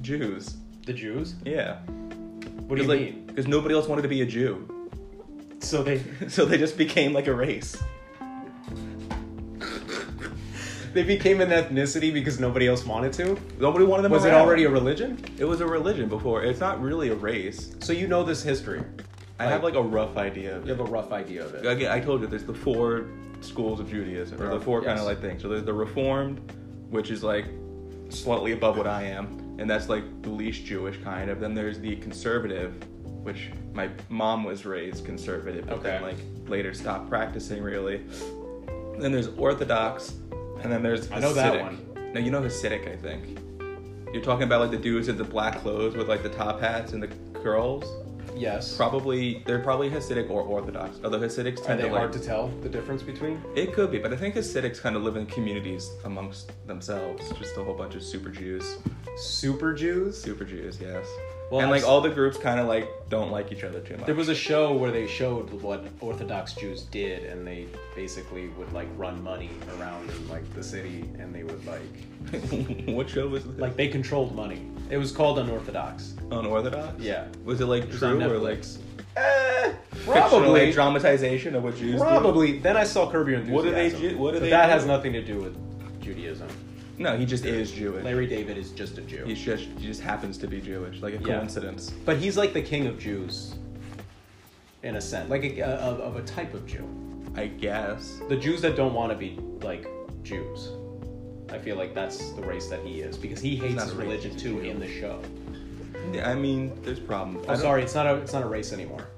Jews. The Jews? Yeah. What do you like, mean? Because nobody else wanted to be a Jew, So they. so they just became like a race. They became an ethnicity because nobody else wanted to? Nobody wanted them. Was it around. already a religion? It was a religion before. It's not really a race. So you know this history. I have like a rough idea. Of You it. have a rough idea of it. Again, I told you there's the four schools of Judaism, or Right. the four kind Yes. of like things. So there's the Reformed, which is like slightly above what I am, and that's like the least Jewish kind of. Then there's the Conservative, which my mom was raised conservative, but then Okay. like later stopped practicing really. Then there's Orthodox, and then there's I know that Hasidic. one. No, you know Hasidic, I think. You're talking about like the dudes in the black clothes with like the top hats and the curls. Yes. Probably they're probably Hasidic or Orthodox. Although Hasidics Are tend they to like hard to tell the difference between? it could be, but I think Hasidics kind of live in communities amongst themselves. Just a whole bunch of super Jews. Super Jews? Super Jews, yes. Well, and like I've- all the groups kind of like don't like each other too much. There was a show where they showed what Orthodox Jews did, and they basically would like run money around in like the city, and they would like what show was this? like they controlled money. It was called Unorthodox. unorthodox? Yeah. Was it like It was true on or like Netflix. Eh, fictional, probably. like, dramatization of what Jews Probably. Then I saw Curb Your Enthusiasm. What do they ju- what do but they That do? has nothing to do with Judaism. do? No, he just is Jewish. Larry David is just a Jew, He's just he just happens to be Jewish, like a Yeah. coincidence. but he's like the king of Jews, in a sense, like a, of, of a type of Jew. I guess. the Jews that don't want to be like Jews. I feel like that's the race that he is because he hates not his a race, religion he's a too Jew. in the show. Yeah, I mean, there's problems. I'm I don't- sorry, it's not a it's not a race anymore.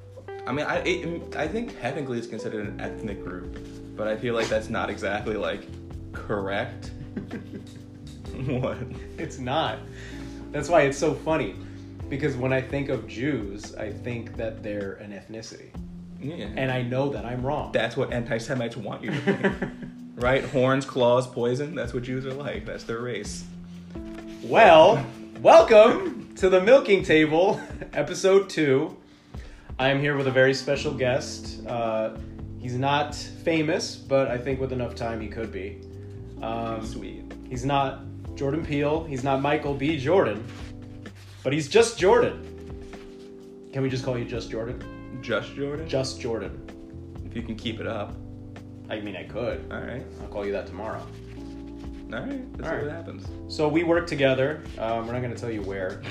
I mean, I it, I think technically it's considered an ethnic group, but I feel like that's not exactly like correct. what? It's not. That's why it's so funny because when I think of Jews, I think that they're an ethnicity, Yeah. and I know that I'm wrong. that's what anti-Semites want you to think, right? Horns, claws, poison. That's what Jews are like. That's their race. well, welcome to the milking table, episode two. I am here with a very special guest. Uh, he's not famous, but I think with enough time he could be. Um, Sweet. He's not Jordan Peele. He's not Michael B. Jordan. But he's just Jordan. Can we just call you just Jordan? Just Jordan. Just Jordan. If you can keep it up. I mean, I could. All right. I'll call you that tomorrow. All right. Let's see All right. what happens. So we work together. Um, we're not going to tell you where.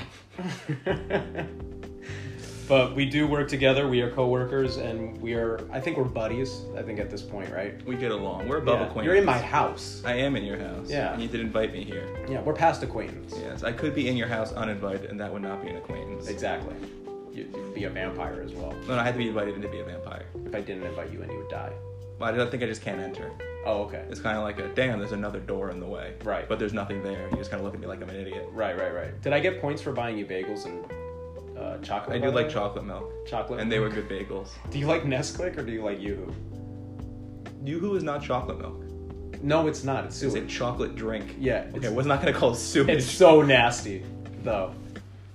but we do work together. We are coworkers, and we are, I think we're buddies, I think at this point, right? We get along. We're above Yeah. acquaintance. You're in my house. I am in your house. Yeah. And you did invite me here. Yeah, we're past acquaintance. Yes. I could be in your house uninvited, and that would not be an acquaintance. Exactly. You- You'd be a vampire as well. No, no, I had to be invited in to be a vampire. If I didn't invite you in, you would die. But I don't think I just can't enter. Oh, okay. It's kind of like a damn. There's another door in the way. Right. But there's nothing there. You just kind of look at me like I'm an idiot. Right, right, right. Did I get points for buying you bagels and uh, chocolate? I by do the like way? chocolate milk, Chocolate. and they were good bagels. Do you like Nesquik or do you like YooHoo? YooHoo is not chocolate milk. No, it's not. It's It's a sewage. chocolate drink. Yeah, Okay, it's- I was not gonna call it sewage. It's so nasty, though.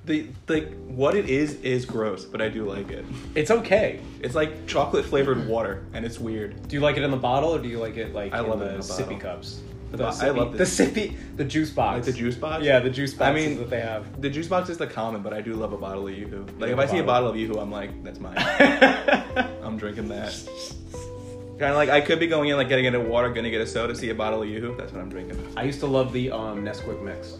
the like what it is is gross, but I do like it. It's okay. It's like chocolate flavored water, and it's weird. Do you like it in the bottle or do you like it like I in, love the it in the bottle. sippy cups? The bo- I love the this. sippy, the juice box. Like the juice box. Yeah, the juice I boxes mean- that they have. The juice box is the common, but I do love a bottle of YooHoo. Like Yeah, if a I see a bottle. bottle of YooHoo, I'm like, that's mine. I'm drinking that. Kind of like I could be going in, like getting into water, gonna get a soda, see a bottle of YooHoo. That's what I'm drinking. I used to love the um, Nesquik mix.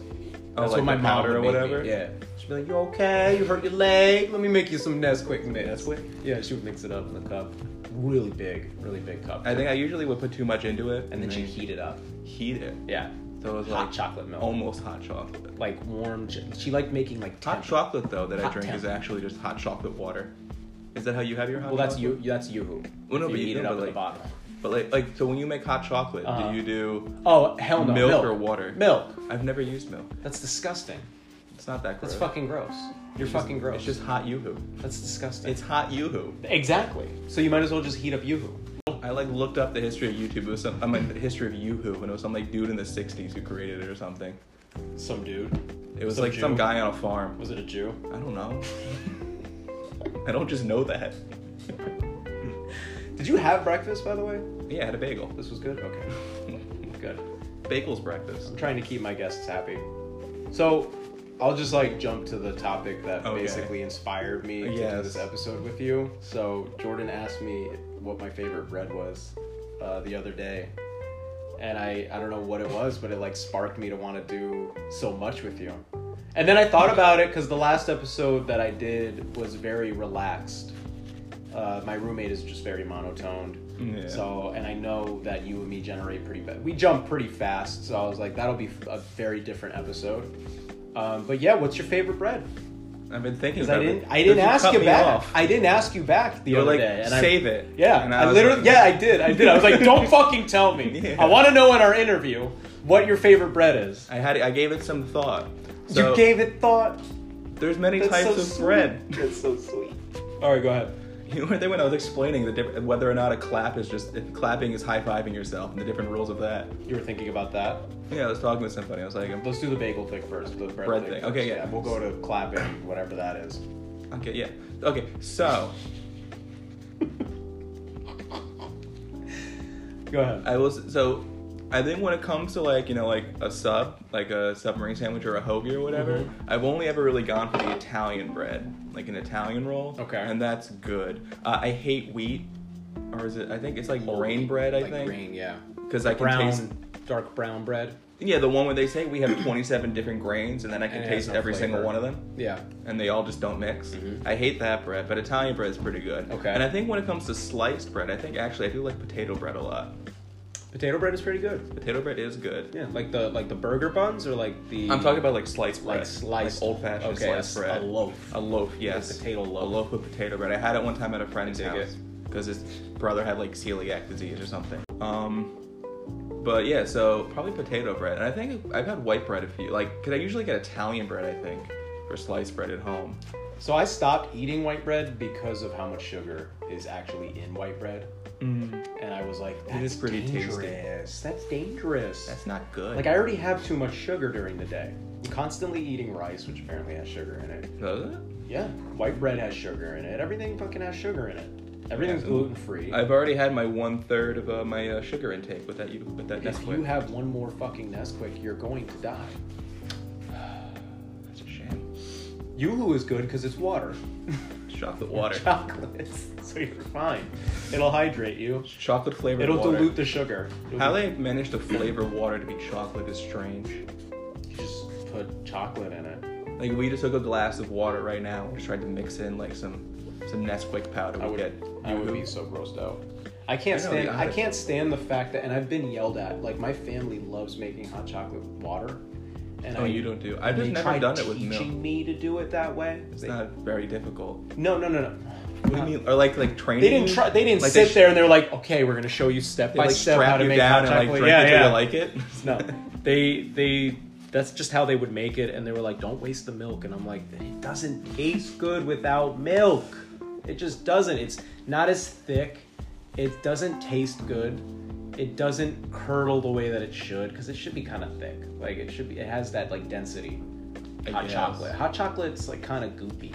Oh, That's like what my the mom powder would or make me. whatever? Yeah. She'd be like, "You okay? You hurt your leg? Let me make you some Nesquik mix." Nesquik? Yeah, she would mix it up in the cup. Really big, really big cup. I think Mm-hmm. I usually would put too much into it, and then she'd heat it up. heat it. Yeah. So it was Hot like chocolate milk. almost hot chocolate. Like warm. ch- She liked making like Hot temp- chocolate though that Hot I drink is temp. actually just hot chocolate water. Is that how you have your hot? Well, that's you. chocolate? That's yoo-hoo. Well, no, If but you you heat it know, up but, at the like- bottom. But like, like so when you make hot chocolate, Uh-huh. do you do? Oh hell no! milk Milk or water? Milk. I've never used milk. That's disgusting. It's not that gross. That's fucking gross. You're It's just- fucking gross. It's just hot yoo-hoo. that's disgusting. It's hot yoo-hoo. exactly. So you might as well just heat up yoo-hoo. I like looked up the history of YouTube. It was some, I mean, the history of yoo-hoo, and it was some like dude in the '60s who created it or something. Some dude. It was Some like some Jew? guy on a farm. Was it a Jew? I don't know. I don't just know that. Did you have breakfast by the way? Yeah, I had a bagel. This was good. Okay. Good. Bagel's breakfast. I'm trying to keep my guests happy. So, I'll just like jump to the topic that Okay. basically inspired me to do Yes. this episode with you. So Jordan asked me what my favorite bread was uh, the other day, and I I don't know what it was, but it like sparked me to want to do so much with you. And then I thought about it because the last episode that I did was very relaxed. Uh, my roommate is just very monotoned. Yeah. So, and I know that you and me generate pretty bad. We jump pretty fast, so I was like, that'll be a very different episode. Um, but yeah, what's your favorite bread? I've been thinking Because I about didn't, it. I didn't But ask cut you me back. off. I didn't ask you back the You were other like, day. And save I, it. Yeah, And I, I was literally, like- yeah, I did, I did. I was like, don't fucking tell me. Yeah. I want to know in our interview what your favorite bread is. I had. I gave it some thought. you So, gave it thought. There's many That's types so of sweet. bread. That's so sweet. All right, go ahead. You were there when I was explaining the diff- whether or not a clap is just if clapping is high fiving yourself and the different rules of that. You were thinking about that. Yeah, I was talking with somebody. I was like, I'm- Let's do the bagel thing first. The bread, Bread thing. thing, first. okay, yeah. We'll go to clapping, whatever that is. okay, yeah, okay. So Go ahead. I will. s- So I think when it comes to like you know like a sub, like a submarine sandwich or a hoagie or whatever, Mhm. I've only ever really gone for the Italian bread, like an Italian roll. Okay. And that's good. Uh, I hate wheat, or is it? I think it's like Uh, grain bread. I like think Grain, yeah. because I can Brown, taste dark brown bread. Yeah, the one where they say we have 27 different grains and then I can And it has taste no every single flavor. one of them Yeah. and they all just don't mix. I hate that bread, but Italian bread is pretty good. Okay. And I think when it comes to sliced bread, I think actually I do like potato bread a lot. Potato bread is pretty good. Potato bread is good. Yeah, like the like the burger buns or like the. I'm talking about like sliced bread. like sliced old fashioned okay, a sliced s- bread. A loaf. A loaf, yes. A potato loaf. loaf of potato bread. I had it one time at a friend's dig house because his brother had like celiac disease or something. Um, but yeah, so probably potato bread. And I think I've had white bread a few. Like, because I usually get Italian bread, I think, for sliced bread at home. So I stopped eating white bread because of how much sugar is actually in white bread, and I was like, that's It Mm. is pretty tasty. dangerous. That's dangerous. That's not good. like I already have too much sugar during the day. I'm constantly eating rice, which apparently has sugar in it. Does it? Yeah, white bread has sugar in it. Everything fucking has sugar in it. Everything's Yeah. gluten free. I've already had my one third of uh, my uh, sugar intake with that. You with that If Nesquik. you have one more fucking Nesquik, you're going to die. That's a shame. Yoo-hoo is good because it's water. Chocolate water. Chocolate. So you're fine. It'll hydrate you. Chocolate flavored It'll water. dilute the sugar. It'll How they managed to flavor water to be chocolate is strange. be- just put chocolate in it. Like we just took a glass of water right now and just tried to mix in like some some Nesquik powder. I We would. get I would be so grossed out. I can't I know, the stand. I odds. can't stand the fact that, and I've been yelled at. Like my family loves making hot chocolate water. And Oh, I, you don't do. I've they just never tried done it with milk. teaching me to do it that way. It's They- not very difficult. No, no, no, no. What do you mean? Or like like training? They didn't try. They didn't Like sit sh- there and they're like, "Okay, we're gonna show you step They by like step strap how to you make down hot and like chocolate." drink yeah, until yeah. you like it. no, they they. That's just how they would make it, and they were like, "Don't waste the milk." And I'm like, "It doesn't taste good without milk. It just doesn't. It's not as thick. It doesn't taste good. It doesn't curdle the way that it should because it should be kind of thick. Like it should be. It has that like density. I Hot guess. chocolate. Hot chocolate's like kind of goopy.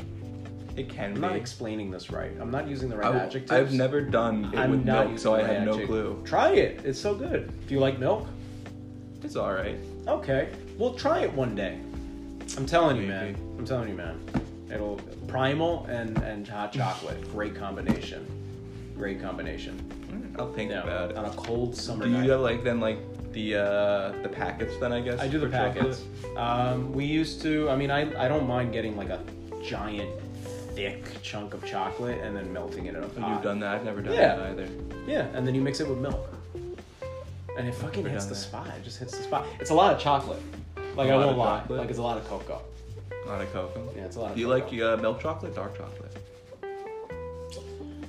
It can I'm be. not explaining this right. I'm not using the right I, adjectives. I've never done it I'm with not milk, so I using the have right no adjective. clue. Try it. It's so good. Do you like milk? It's all right. Okay. We'll try it one day. I'm telling you, man. Maybe. I'm telling you, man. It'll primal and and hot chocolate. Great combination. Great combination. Mm, I'll think Yeah. about On it. a cold summer Do you night. have like then like the uh the packets then I guess? I do the for chocolate? packets. Um, we used to. I mean, I I don't mind getting like a giant thick chunk of chocolate and then melting it in a pot. You've done that. I've never done Yeah. that either. Yeah, and then you mix it with milk. And it fucking Never hits done the that. spot. It just hits the spot. It's a lot of chocolate. Like A I lot won't of lie. chocolate? Like it's a lot of cocoa. A lot of cocoa. Yeah, it's a lot of Do you cocoa. like uh, milk chocolate, dark chocolate?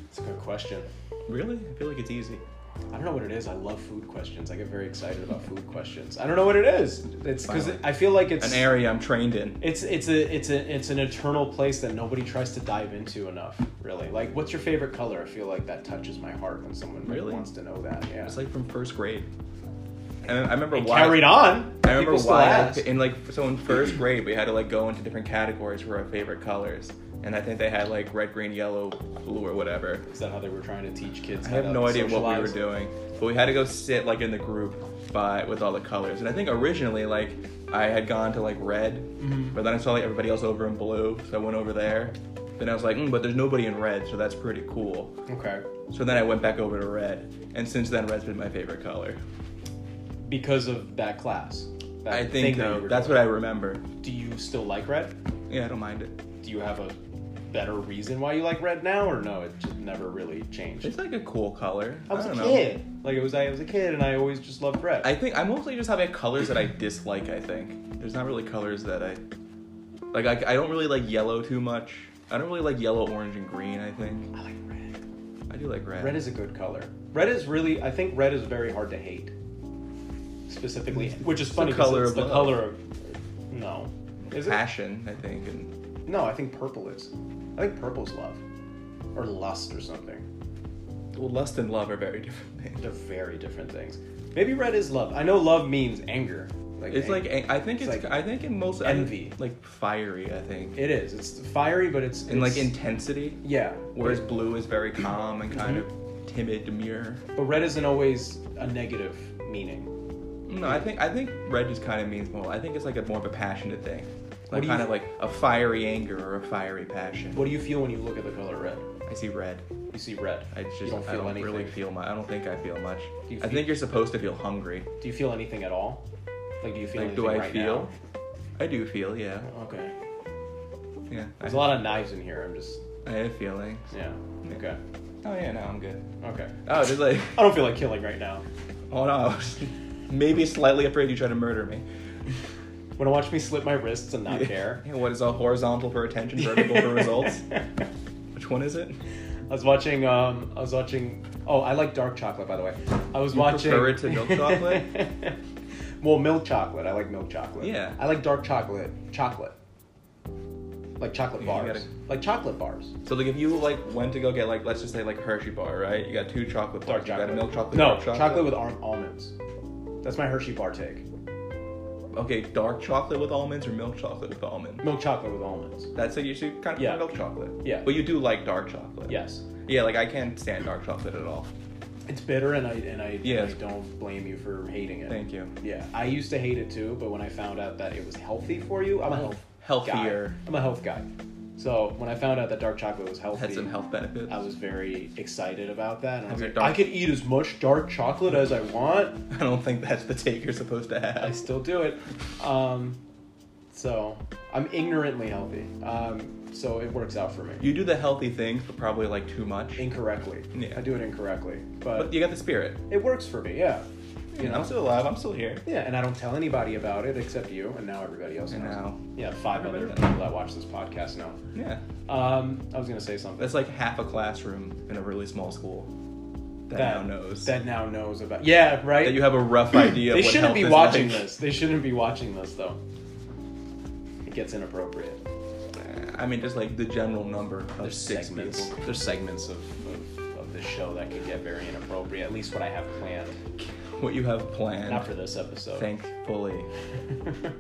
It's a good question. Really? I feel like it's easy. I don't know what it is. I love food questions. I get very excited about food questions. I don't know what it is. It's because Finally. I feel like it's An area I'm trained in. It's it's a it's a it's an eternal place that nobody tries to dive into enough. Really, like what's your favorite color? I feel like that touches my heart when someone like, Really? wants to know that. Yeah, It's like from first grade. And I remember It why. carried on. I remember People still why. I, ask. in like so in first grade, we had to like go into different categories for our favorite colors, and I think they had like red, green, yellow, blue, or whatever. Is that how they were trying to teach kids? I have no idea what we were doing. but we had to go sit like in the group by with all the colors. And I think originally like I had gone to like red, Mm-hmm. but then I saw like everybody else over in blue, so I went over there. Then I was like, mm, but there's nobody in red, so that's pretty cool. Okay. So then I went back over to red, and since then red's been my favorite color. Because of that class. That I thing think that you though were that's doing. what I remember. Do you still like red? Yeah, I don't mind it. Do you have a better reason why you like red now, or no? It just never really changed. It's like a cool color. I was a a kid. Like it was, I was a kid, and I always just loved red. I think I mostly just have like colors that I dislike. I think there's not really colors that I like. I, I don't really like yellow too much. I don't really like yellow, orange, and green. I think I like red. I do like red. Red is a good color. Red is really, I think red is very hard to hate. Specifically, which is It's the funny because color it's of the love. color of. No. Is it? passion. I think and No, I think purple is. I think purple's love, or lust, or something. well, lust and love are very different things. They're very different things. Maybe red is love. I know love means anger. Like It's ang- like ang- I think It's it's, like I think in most I think, envy. like fiery. I think it is. It's fiery, but it's and like it's- intensity. yeah. Whereas blue is very calm and kind of timid, demure. But red isn't always a negative meaning. No, I think I think red just kind of means more. I think it's like a more of a passionate thing, What like do you- kind of like a fiery anger or a fiery passion. What do you feel when you look at the color red? I see red. You see red. I just you don't feel I don't anything. really feel much. I don't think I feel much. Do you I feel- think you're supposed to feel hungry. Do you feel anything at all? Like, do you feel Like, anything do I right feel? I do feel, yeah, now? Okay. yeah. I, There's a lot of knives in here. I'm just I have feelings. yeah. Okay. Oh yeah, no, I'm good. Okay. Oh, just like I don't feel like killing right now. oh no, I was maybe slightly afraid you try to murder me. Want to watch me slip my wrists and not Yeah. care? Yeah, what is all horizontal for attention, vertical for results? Which one is it? I was watching. Um, I was watching. Oh, I like dark chocolate, by the way. I was You watching. prefer it to milk chocolate? well, milk chocolate. I like milk chocolate. Yeah. I like dark chocolate. Chocolate. Like chocolate Yeah, you bars. gotta- Like chocolate bars. So like, if you like went to go get like, let's just say like Hershey bar, right? You got two chocolate bars. Dark You chocolate. got a milk chocolate. No, dark chocolate. with al- almonds. That's my Hershey bar take. okay, dark chocolate with almonds or milk chocolate with almonds. Milk chocolate with almonds. That's it. You should kind of Yeah. milk chocolate. Yeah. But you do like dark chocolate. Yes. Yeah, like I can't stand dark chocolate at all. It's bitter, and I and I, Yeah. and I don't blame you for hating it. Thank you. Yeah, I used to hate it too, but when I found out that it was healthy for you, I'm a health Healthier. Guy. I'm a health guy. So when I found out that dark chocolate was healthy, Had some health benefits. I was very excited about that, and I Have was like, your dark- I could eat as much dark chocolate as I want. I don't think that's the take you're supposed to I have. still do it. Um, so I'm ignorantly healthy. Um, so it works out for me. You do the healthy things, but probably like too much. incorrectly, Yeah. I do it incorrectly, but, But you got the spirit. it works for me. Yeah, You know, I'm still alive. I'm still here. yeah, and I don't tell anybody about it except you, and now everybody else And knows. now, Yeah, five Everybody other knows. people that watch this podcast know. yeah, Um, I was gonna say something that's like half a classroom in a really small school that, now knows that now knows about. Yeah, right. that you have a rough idea. they of what shouldn't health be is watching like. this. They shouldn't be watching this though. It gets inappropriate. I mean, just like the general number of There's six segments. people. There's segments of, of of this show that could get very inappropriate. At least what I have planned. What you have planned. Not for this episode. Thankfully,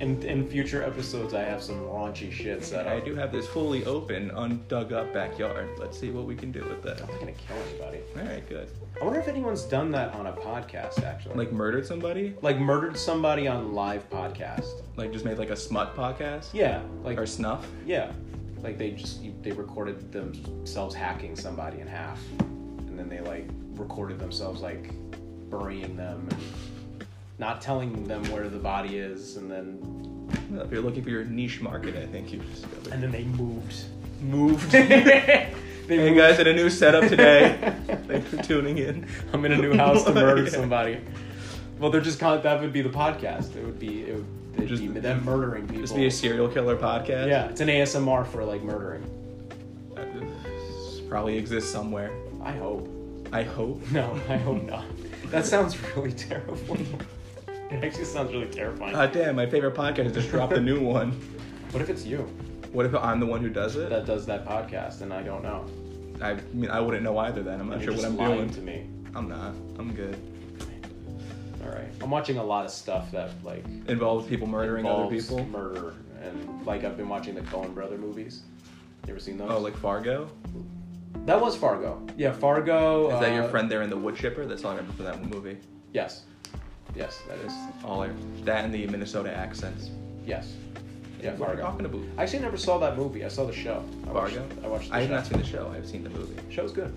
in in future episodes, I have some raunchy shit set up. I do have this fully open, undug up backyard. Let's see what we can do with that. I'm not gonna kill anybody. All right, good. I wonder if anyone's done that on a podcast actually. Like murdered somebody? like murdered somebody on live podcast. Like just made like a smut podcast? Yeah, like Or snuff? yeah, like they just they recorded themselves hacking somebody in half, and then they like recorded themselves like burying them, and not telling them where the body is, and then Well, if you're looking for your niche market, I think you discovered. and then they moved. Moved. they hey moved. guys, in a new setup today. Thanks for tuning in. I'm in a new house to murder Yeah. somebody. Well, they're just con- that would be the podcast. It would be it would it'd Just- be them murdering people. Just be a serial killer podcast. yeah, it's an ASMR for like murdering. Uh, Probably exists somewhere. I hope. I hope. No, I hope not. That sounds really terrible. It actually sounds really terrifying. Ah, damn, my favorite podcast just dropped a new one. what if it's you What if I'm the one who does it? that does that podcast and I don't know? I mean, I wouldn't know either then. I'm not And sure you're what I'm just lying doing. to me. I'm not. I'm good. All right. I'm watching a lot of stuff that like Involves people murdering other involves people. murder, and like I've been watching the Coen Brother movies. You ever seen those? Oh, like Oh, Fargo? That was Fargo. Yeah, Fargo. Is that your uh, friend there in the wood chipper? That's all I remember from that movie. Yes. Yes, that is. All I, that and the Minnesota accents. Yes. What Yeah, are we Fargo. talking about? I actually never saw that movie. I saw the show. I watched- Fargo. I watched the I have show. not seen the show. I've seen the movie. Show's good.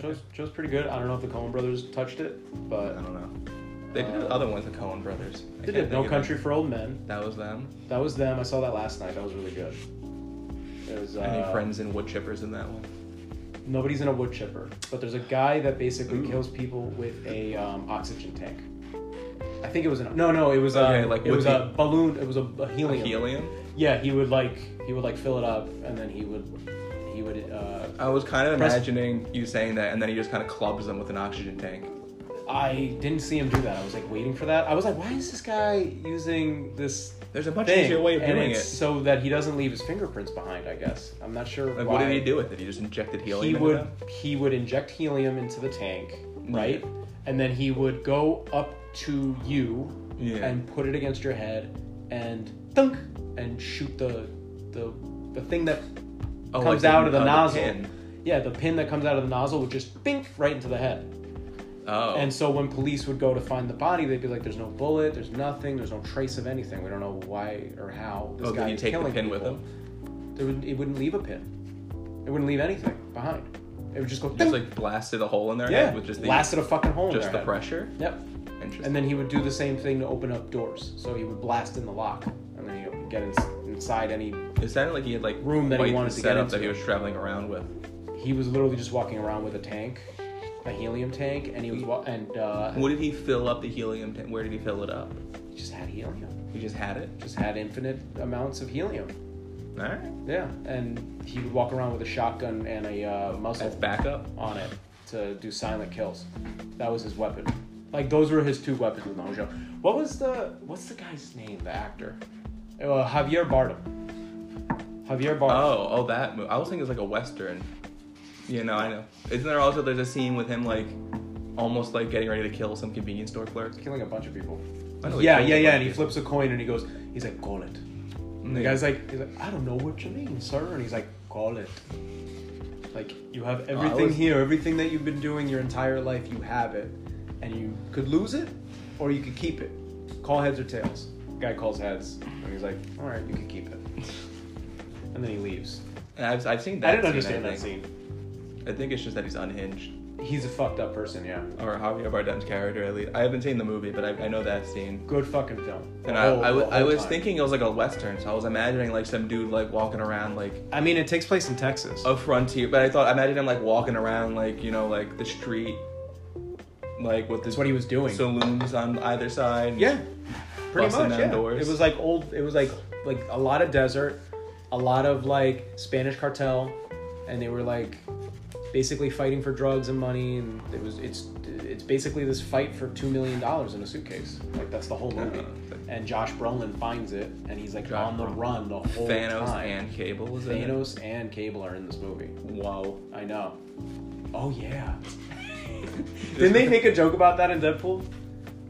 Show's, show's pretty good. I don't know if the Coen brothers touched it, I but don't know. They did other ones, the Cohen brothers. I Uh, they can't did. think No of Country it. for Old Men. That was them. That was them. I saw that last night. That was really good. It was, uh, Any friends in wood chippers in that one? Nobody's in a wood chipper, but there's a guy that basically Ooh. kills people with a um, oxygen tank. I think it was an no, no. It was a Okay, like it with was the- a balloon. It was a, a The helium. helium. Yeah, he would like he would like fill it up, and then he would he would uh, I was kind of Press- imagining you saying that, and then he just kind of clubs them with an oxygen tank. I didn't see him do that. I was like waiting for that. I was like, why is this guy using this There's a much thing? easier way of and doing it's it. so that he doesn't leave his fingerprints behind. I guess I'm not sure. Like, why. what did he do with it? He just injected helium. He into would them? he would inject helium into the tank, right? Yeah. And then he would go up to you Yeah. and put it against your head and thunk and shoot the the the thing that Oh, comes like out of the uh, nozzle. pin. Yeah, the pin that comes out of the nozzle would just bink right into the head. Oh. And so when police would go to find the body, they'd be like, "There's no bullet. There's nothing. There's no trace of anything. We don't know why or how this oh, guy did he is take the killing pin people." with him? There wouldn't, it wouldn't leave a pin. It wouldn't leave anything behind. It would just go. Just thunk. like blasted a hole in their yeah, head with just the blasted a fucking hole. in just their the head. pressure. Yep. Interesting. And then he would do the same thing to open up doors. So he would blast in the lock, and then he would get ins inside any. It sounded like he had like Room that he quite the wanted to get setup that he into. was traveling around with. He was literally just walking around with a tank, a helium tank, and he was wa- and uh, What did he fill up the helium? T- where did he fill it up? he just had helium. He just had it. Just had infinite amounts of helium. All right. Yeah, and he would walk around with a shotgun and a uh, muzzle That's backup. on it to do silent kills. That was his weapon. Like those were his two weapons in the whole show. What was the what's the guy's name? The actor, uh, Javier Bardem. Javier Bardem. Oh, oh, that movie. I was thinking it was like a western. You know, I know. Isn't there also there's a scene with him like almost like getting ready to kill some convenience store clerk? Killing a bunch of people. Oh. I know he Yeah, killed yeah, a yeah. bunch And he of flips a coin and he goes, he's like, call it. people. And the guy's like, he's like, I don't know what you mean, sir. And he's like, call it. Like you have everything was- here, everything that you've been doing your entire life, you have it, and you could lose it, or you could keep it. Call heads or tails. Guy calls heads, and he's like, all right, you can keep it. And then he leaves. And I've, I've seen that. I didn't scene, understand I that think. scene. I think it's just that he's unhinged, He's a fucked up person, yeah. or Javier Bardem's character at least. I haven't seen the movie, but I, I know that scene. Good fucking film. And The I, whole- I, Oh, the was- I whole was time. thinking it was like a western, so I was imagining like some dude like walking around like I mean, it takes place in Texas. a frontier. But I thought I imagined him like walking around like you know like the street, like with the That's what he was doing. saloons on either side. Yeah, pretty Busting much. down Yeah. doors. It was like old. It was like like a lot of desert, a lot of like Spanish cartel, and they were like basically fighting for drugs and money, and it was it's it's basically this fight for two million dollars in a suitcase. Like that's the whole movie. Uh, and Josh Brolin finds it, and he's like Josh on the Brolin. run the whole Thanos time. and Cable was in it. Thanos and Cable are in this movie. Wow. I know. Oh yeah. Didn't they make a joke about that in Deadpool?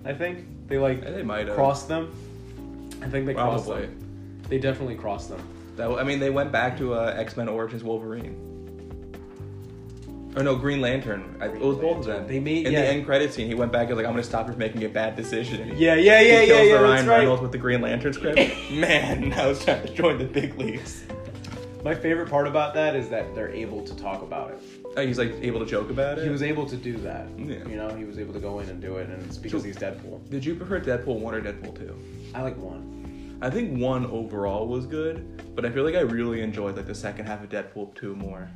I think they like They might have. crossed them. I think they crossed Probably. them. They definitely crossed them. That, I mean, they went back to uh, X Men Origins Wolverine. Or no, Green Lantern. I, it was Green both of them. Lantern. They made- in yeah. the end credit scene. He went back and was like, "I'm gonna stop you from making a bad decision." Yeah, yeah, yeah, he yeah, kills yeah. the That's Ryan right. Reynolds with the Green Lantern script. Man, I was trying to join the big leagues. My favorite part about that is that they're able to talk about it. Oh, he's like able to joke about it. He was able to do that. Yeah. You know, he was able to go in and do it, and it's because So- he's Deadpool. Did you prefer Deadpool one or Deadpool two? I like one. I think one overall was good, but I feel like I really enjoyed like the second half of Deadpool two more.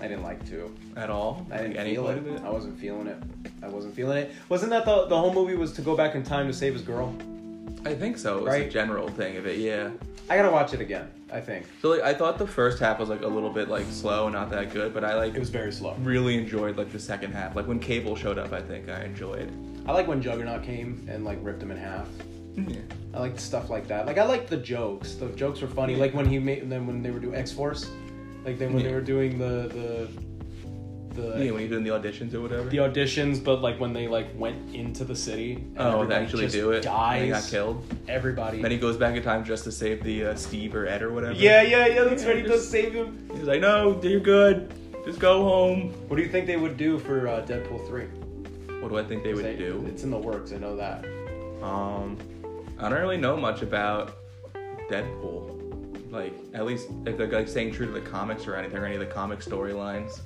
I didn't like two. At all? I didn't Like, any feel part of it. it? I wasn't feeling it. I wasn't feeling it. Wasn't that the the whole movie was to go back in time to save his girl? I think so. It was Right? a general thing of it, yeah. I gotta watch it again. I think So like, I thought the first half was like a little bit like slow and not that good, but I like it was very slow. really enjoyed like the second half. Like when Cable showed up, I think I enjoyed. I like when Juggernaut came and like ripped him in half. Hmm. Yeah. I like stuff like that. Like I like the jokes. The jokes were funny. Like when he made then when they were doing X Force, like then when they Yeah. were doing the the the Yeah, when you're doing the auditions or whatever. Oh, the auditions, but like when they like went into the city. And oh, and everybody actually just do it. And Dies. They got killed. Everybody. Then he goes back in time just to save the uh, Steve or Ed or whatever. yeah, yeah, yeah. That's Yeah, right. He does just- save him. He's like, no, you're good. Just go home. What do you think they would do for uh, Deadpool three? What do I think they would They- do? It's in the works. I know that. Um, I don't really know much about Deadpool. Like, at least if they're like staying true to the comics or anything, or any of the comic storylines.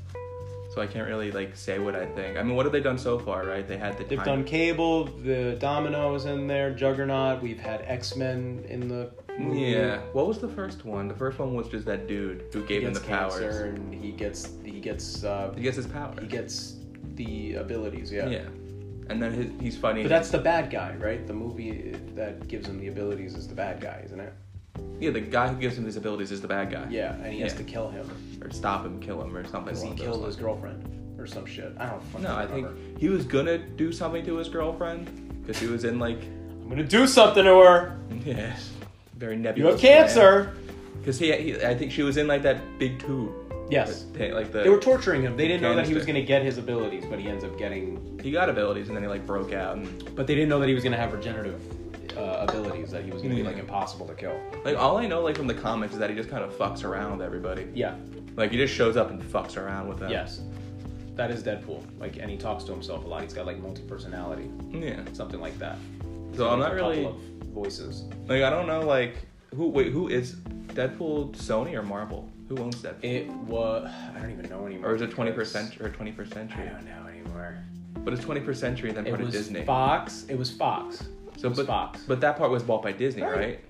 So I can't really like say what I think. I mean, what have they done so far? Right? They had the They've time- done Cable, the Dominoes in there, Juggernaut. We've had X Men in the movie. Yeah. What was the first one? The first one was just that dude who He gave him gets the powers. cancer and he gets he gets uh, He gets his power. he gets the abilities. Yeah. yeah. And then his, he's fighting. But that's the bad guy, right? The movie that gives him the abilities is the bad guy, isn't it? yeah, the guy who gives him these abilities is the bad guy. Yeah, and he has Yeah. to kill him Or stop him, kill him, or something. because he along those killed lines. his girlfriend or some shit. I don't fucking No, I think remember. he was gonna do something to his girlfriend because she was in like, I'm gonna do something to her. yes, very You nebulous. have cancer. Because he, he, I think she was in like that big tube. Yes. That- like the They were torturing him. They didn't know that he was Canister. gonna get his abilities, but he ends up getting. he got abilities and then he like broke out and But they didn't know that he was gonna have regenerative uh, abilities. That he was gonna be like Yeah. impossible to kill. like all I know like from the comics is that he just kind of fucks around with everybody. Yeah. Like he just shows up and fucks around with them. Yes. That is Deadpool. Like, and he talks to himself a lot. He's got like multi personality, Yeah. something like that. So I'm Like, not a couple really of voices. like I don't know like who wait who is Deadpool Sony or Marvel? Who owns Deadpool? It was. I don't even know anymore. or is it because- 21st century or 21st I century? don't know anymore. But it's 21st century then It part of was Disney. Fox. It was Fox. So So, it was but Fox. but that part was bought by Disney, right? Right.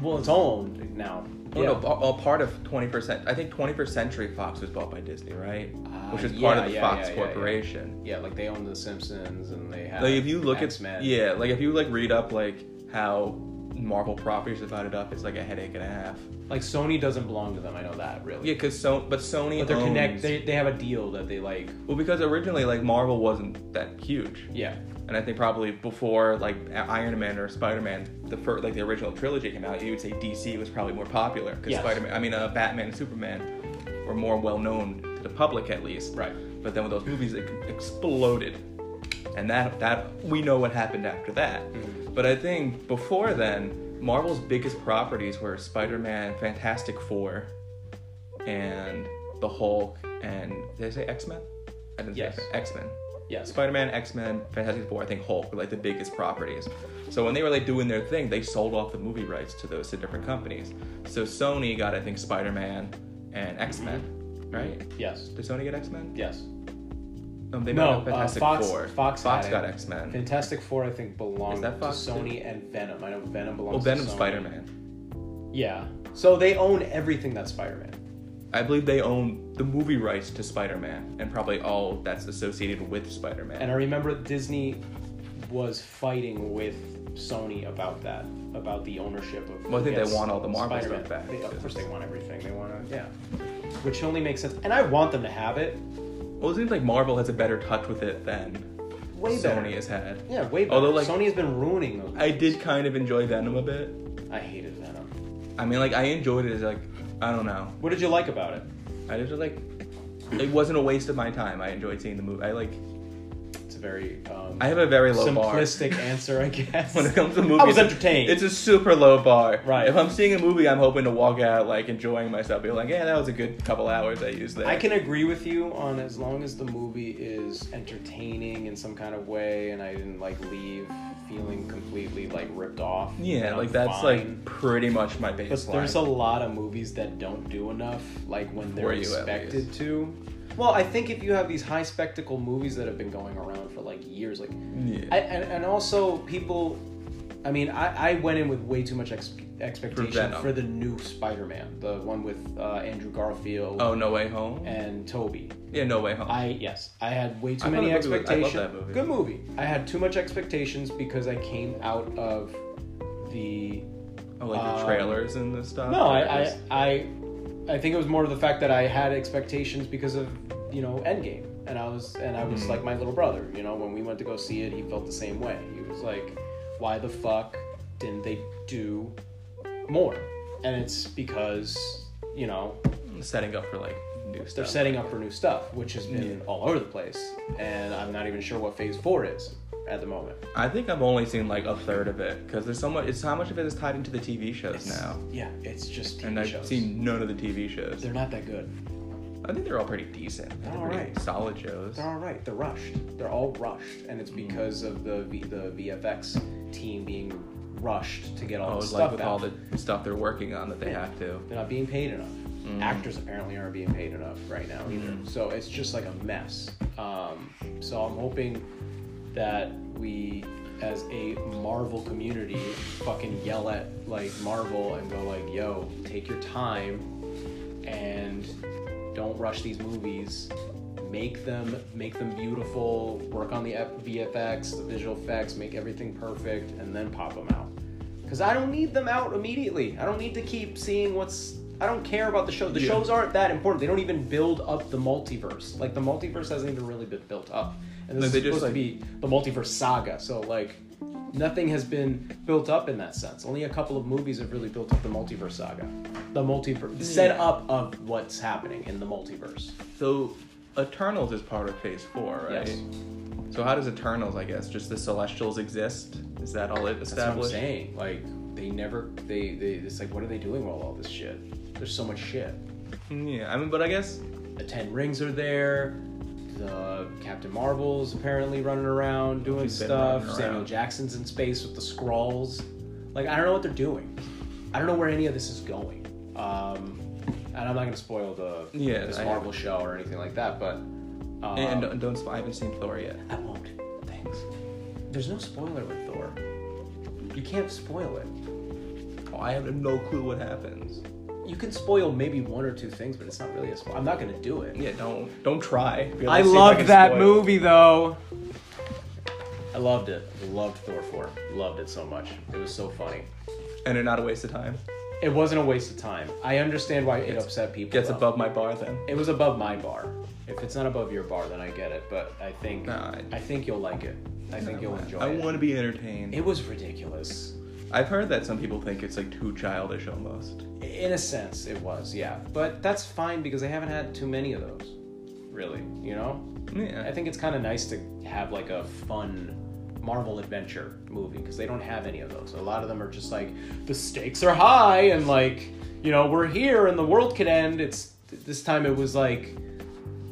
well, it's owned now. Oh no, all, all part of 20%. I think 21st Century Fox was bought by Disney, right? Ah, Which is yeah, part of the yeah, Fox yeah, yeah, yeah. Corporation. Yeah, like they own The Simpsons and they have. Like if you look X-Men. at yeah, like if you like read up like how Marvel properties divided up, it's like a headache and a half. Like Sony doesn't belong to them. I know that really. Yeah, cause so but Sony But they're owns- connect. They, they have a deal that they like. well, because originally like Marvel wasn't that huge, Yeah. and I think probably before like Iron Man or Spider Man, the first like the original trilogy came out, you would say DC was probably more popular because Yes. Spider Man, I mean uh, Batman and Superman, were more well known to the public at least. Right. But then with those movies, it exploded, and that that we know what happened after that. Mm-hmm. But I think before then, Marvel's biggest properties were Spider Man, Fantastic Four, and the Hulk, and did I say X Men? I didn't Yes. say X Men. Yes. Spider-Man, X-Men, Fantastic Four, I think Hulk were like the biggest properties. So when they were like doing their thing, they sold off the movie rights to those to different companies. So Sony got I think Spider-Man and X-Men, right? Yes. Did Sony get X-Men? Yes. Um, they might No. have Uh, Fantastic Fox. Four. Fox. had it. got X-Men. Fantastic Four, I think, belongs Is that Fox to too? Sony and Venom. I know Venom belongs. well, to Venom, Sony. Spider-Man. Yeah. So they own everything that's Spider-Man. I believe they own the movie rights to Spider-Man and probably all that's associated with Spider-Man. And I remember Disney was fighting with Sony about that, about the ownership of. Well, I think they yes, want all the Marvel stuff back. They- of course, they want everything. They want to, yeah. Which only makes sense, and I want them to have it well, it seems like Marvel has a better touch with it than way better. Sony has had. Yeah, way better. Although, like- Sony has been ruining those. I did kind of enjoy Venom a bit. I hated Venom. I mean, like I enjoyed it as like I don't know. What did you like about it? I just like it wasn't a waste of my time. I enjoyed seeing the movie. I like It's a very um, I have a very low simplistic answer, I guess. bar when it comes to movies. I was entertained. It's a super low bar. Right. If I'm seeing a movie, I'm hoping to walk out like enjoying myself. Be like, yeah, that was a good couple hours I used there. I can agree with you on as long as the movie is entertaining in some kind of way, and I didn't like leave feeling completely like ripped off. then yeah, I'm like that's fine. like pretty much my But baseline. there's a lot of movies that don't do enough, like when they're For you, at expected least. to. Well, I think if you have these high spectacle movies that have been going around for like years, like yeah. I, and, and also people i mean I, I went in with way too much ex- expectation Venom. for the new spider-man the one with uh, andrew garfield oh, No Way Home. and toby yeah, No Way Home. i yes i had way too I thought many the movie was- I expectations love that movie. good movie i had too much expectations because i came out of the oh, like the um, trailers and the stuff. no or I, I just- i i think it was more of the fact that i had expectations because of you know endgame and i was and i was Mm-hmm. like my little brother you know when we went to go see it he felt the same way he was like why the fuck didn't they do more and it's because you know setting up for like new They're stuff. setting up for new stuff, which has been all over the place, and I'm not even sure what Phase Four is at the moment. I think I've only seen like a third of it because there's so much. It's how much of it is tied into the TV shows now, Yeah, it's just TV and I've shows. seen none of the TV shows. They're not that good. I think they're all pretty decent. They're all pretty right. solid shows. They're all right. They're rushed. They're all rushed, and it's Mm-hmm. because of the v- the VFX team being rushed to get all Oh, the it's stuff like with out. all the stuff they're working on that they have to. They're not being paid enough. Mm. Actors apparently aren't being paid enough right now either. So it's just like a mess. Um, so I'm hoping that we, as a Marvel community, fucking yell at like Marvel and go like, "Yo, take your time and don't rush these movies." Make them make them beautiful. Work on the F- VFX, the visual effects. Make everything perfect, and then pop them out because I don't need them out immediately. I don't need to keep seeing what's. I don't care about the show. The Yeah. shows aren't that important. They don't even build up the multiverse. Like the multiverse hasn't even really been built up, and No, this they is supposed just, to be the multiverse saga. So like, nothing has been built up in that sense. Only a couple of movies have really built up the multiverse saga, the multiverse the set up of what's happening in the multiverse. So, Eternals is part of Phase Four, right? Yes. So how does Eternals? I guess just the Celestials exist. Is that all it That's what I'm established? saying. Like they never. They they. It's like what are they doing with all this shit? There's so much shit. Yeah, I mean, but I guess the Ten Rings are there. The Captain Marvel's apparently running around doing She's been stuff. running Samuel around. Jackson's in space with the Skrulls. Like I don't know what they're doing. I don't know where any of this is going. Um, and I'm not going to spoil the Yeah, this I- Marvel show or anything like that, but um, and don't, don't sp- I haven't seen Thor yet. I won't. Thanks. There's no spoiler with Thor. You can't spoil it. Oh, I have no clue what happens. You can spoil maybe one or two things, but it's not really a spoil. I'm not going to do it. Yeah, don't don't try. Be I like, "See if loved can that spoil it." movie though. I loved it. Loved Thor 4. Loved it so much. It was so funny. and they're not a waste of time. It wasn't a waste of time. I understand why it upset people. Gets though. above my bar then. It was above my bar. If it's not above your bar, then I get it. But I think No, I- I think you'll like it. I think you'll enjoy I it. want to be entertained. It was ridiculous. I've heard that some people think it's like too childish almost. In a sense, it was, yeah. But that's fine because I haven't had too many of those. Really, you know? I Yeah, think it's kind of nice to have like a fun Marvel adventure movie because they don't have any of those. A lot of them are just like the stakes are high and like you know we're here and the world could end. It's this time it was like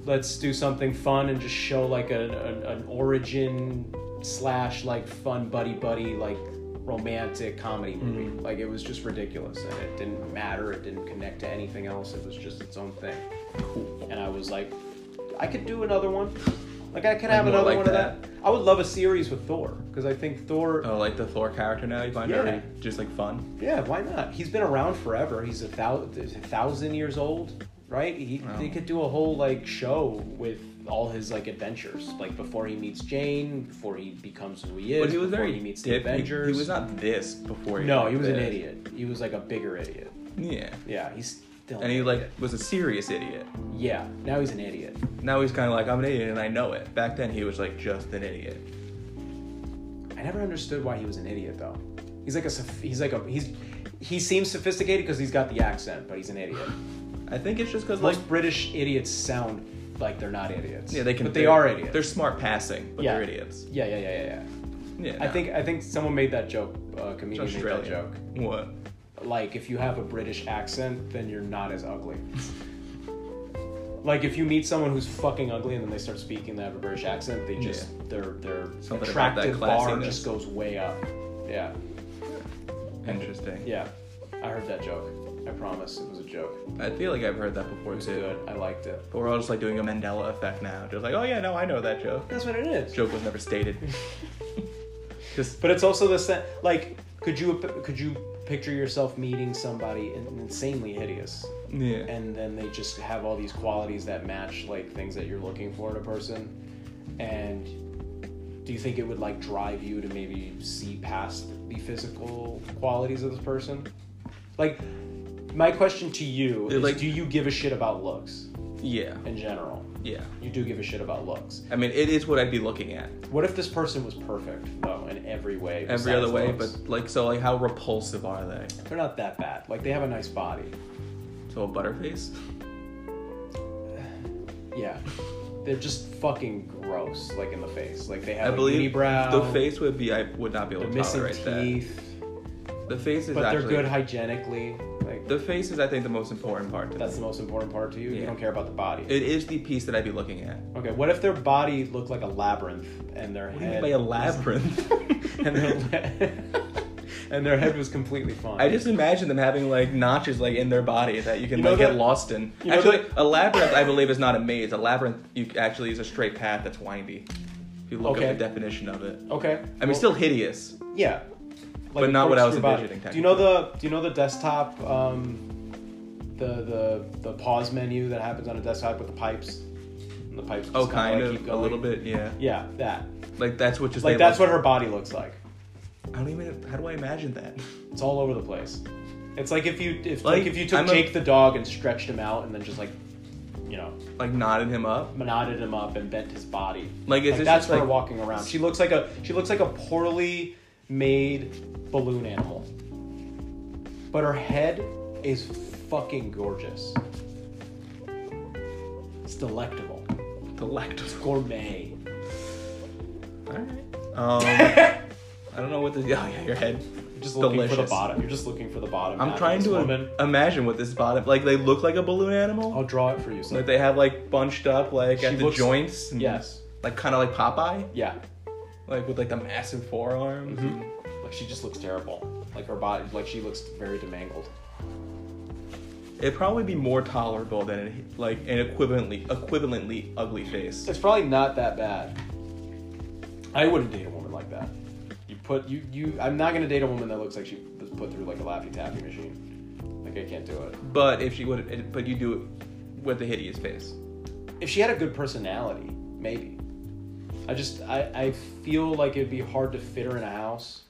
let's do something fun and just show like an, an, an origin slash like fun buddy buddy like romantic comedy movie. Like it was just ridiculous and it didn't matter. It didn't connect to anything else. It was just its own thing cool. and I was like, I could do another one. Like I could have more another like one of that. that. I would love a series with Thor because I think Thor. Oh, like the Thor character now you find Yeah. out really just like fun. Yeah, why not? He's been around forever. He's a thousand, a thousand years old, right? He, They could do a whole like show with all his like adventures, like before he meets Jane, before he becomes who he is, But he was before very he meets the dip- he- Avengers. He, was not this before. He no, he was an this. idiot. He was like a bigger idiot. Yeah, Yeah, he's still. and he an like idiot. was a serious idiot. yeah. Now he's an idiot. Now he's kind of like, I'm an idiot and I know it. Back then, he was like, just an idiot. I never understood why he was an idiot though. He's like a soph- he's like a he's he seems sophisticated because he's got the accent, but he's an idiot. I think it's just because, like, Most British idiots sound like they're not idiots. yeah, they can. but they they're- are idiots. They're smart passing, but Yeah. they're idiots. yeah, yeah, yeah, yeah, yeah. Yeah. I no. think I think someone made that joke. Uh, comedian It's made that joke. Australian. What? Like if you have a British accent, then you're not as ugly. like if you meet someone who's fucking ugly and then they start speaking, they have a British accent. They just their their Something about that attractive bar classiness. just goes way up. Yeah. Interesting. Yeah, I heard that joke. I promise it was a joke. I feel like I've heard that before It was too. good. I liked it. But we're all just like doing a Mandela effect now. Just like, oh yeah, no, I know that joke. That's what it is. Joke was never stated. just But it's also the sen- like could you could you picture yourself meeting somebody in- insanely hideous yeah. and then they just have all these qualities that match like things that you're looking for in a person and do you think it would like drive you to maybe see past the physical qualities of this person? Like my question to you They're is like- do you give a shit about looks yeah. in general? Yeah. you do give a shit about looks. I mean, it is what I'd be looking at What if this person was perfect though in every way? every besides other way, looks? but like, so like, how repulsive are they? they're not that bad. Like they have a nice body. So a butterface? Uh, Yeah. They're just fucking gross, like in the face. Like they have I like, believe unibrow, the face would be I would not be the able to missing tolerate teeth, that. The face is but actually they're good hygienically. Like the face is I think the most important part. To that's the most important part to you. You Yeah. don't care about the body. me. It is the piece that I'd be looking at. okay, what if their body looked like a labyrinth and their What do you mean head by a labyrinth? and their and their head was completely fine. I just imagine them having like notches like in their body that you can You know like that- get lost in. you know Actually, that- a labyrinth I believe is not a maze. A labyrinth you actually is a straight path that's windy. If you look Okay. Oh. up the definition of it, okay. I mean, still hideous. Yeah. Like But not what I was corkscrew body. envisioning, Do you know the do you know the desktop um the the the pause menu that happens on a desktop with the pipes? And the pipes just Oh, kinda, kind like, keep of a going? little bit, yeah. Yeah, that. Like that's what just Like they that's look- what her body looks like. I don't even. How do I imagine that? It's all over the place. It's like if you if like, Like, if you took I'm a- Jake the dog and stretched him out and then just like you know, Like knotted him up. knotted him up and bent his body. Like, is Like, this that's just, her like- walking around. She looks like a she looks like a poorly made balloon animal. But her head is fucking gorgeous. It's delectable. Delectable. Gourmet. All right. Um, I don't know what to. Oh yeah, your head. You're just looking for the Delicious. bottom. You're just looking for the bottom. out I'm of trying this to woman. imagine what this bottom. Like they look like a balloon animal. I'll draw it for you. Like sometime. they have like bunched up like She at the looks- joints. and- Yes. Like kind of like Popeye. Yeah. Like with like the massive forearms. Mm-hmm. Like she just looks terrible. Like her body. Like she looks very demangled. It'd probably be more tolerable than an, like an equivalently equivalently ugly face. It's probably not that bad. I wouldn't date a woman like that. You put you you. I'm not gonna date a woman that looks like she was put through like a laffy taffy machine. Like I can't do it. But if she would, it, but you do it with a hideous face. If she had a good personality, maybe. I just I I feel like it'd be hard to fit her in a house,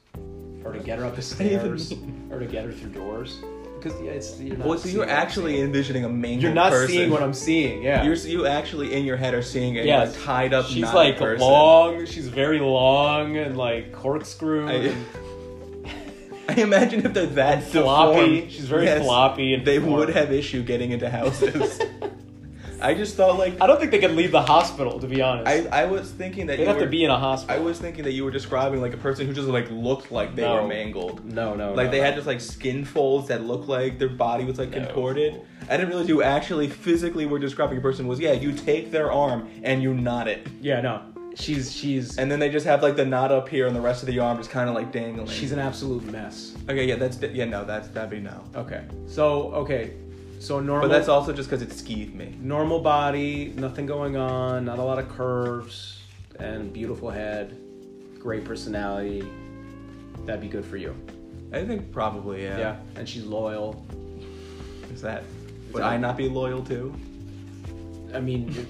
or to get her up the do you even stairs, or to get her through doors. Because yeah, it's you're not. Well, so seeing you're what I'm actually seeing. envisioning a mangled You're not person. seeing what I'm seeing. Yeah. You're you actually in your head are seeing a Yes. like, tied up. She's knotted like person. long. She's very long and like corkscrew. I, and- I imagine if they're that Floppy. deformed, She's very floppy and they deformed. would have issue getting into houses. I just thought like I don't think they could leave the hospital, to be honest. I, I was thinking that They'd you have were, to be in a I hospital. was thinking that you were describing like a person who just like looked like they No. were mangled. no, no, Like no, they no. had just like skin folds that looked like their body was like No. contorted. I didn't realize you actually physically were describing a person was yeah, you take their arm and you knot it. Yeah, no. She's she's And then they just have like the knot up here and the rest of the arm is kind of like dangling. she's an absolute mess. okay, yeah, that's yeah, no, that's that'd be no. Okay. So okay, so normal. But that's also just because it skeeved me. normal body, nothing going on, not a lot of curves, and beautiful head, great personality. That'd be good for you. I think probably yeah. Yeah. And she's loyal. Is that would that- I not be loyal to? I mean, you-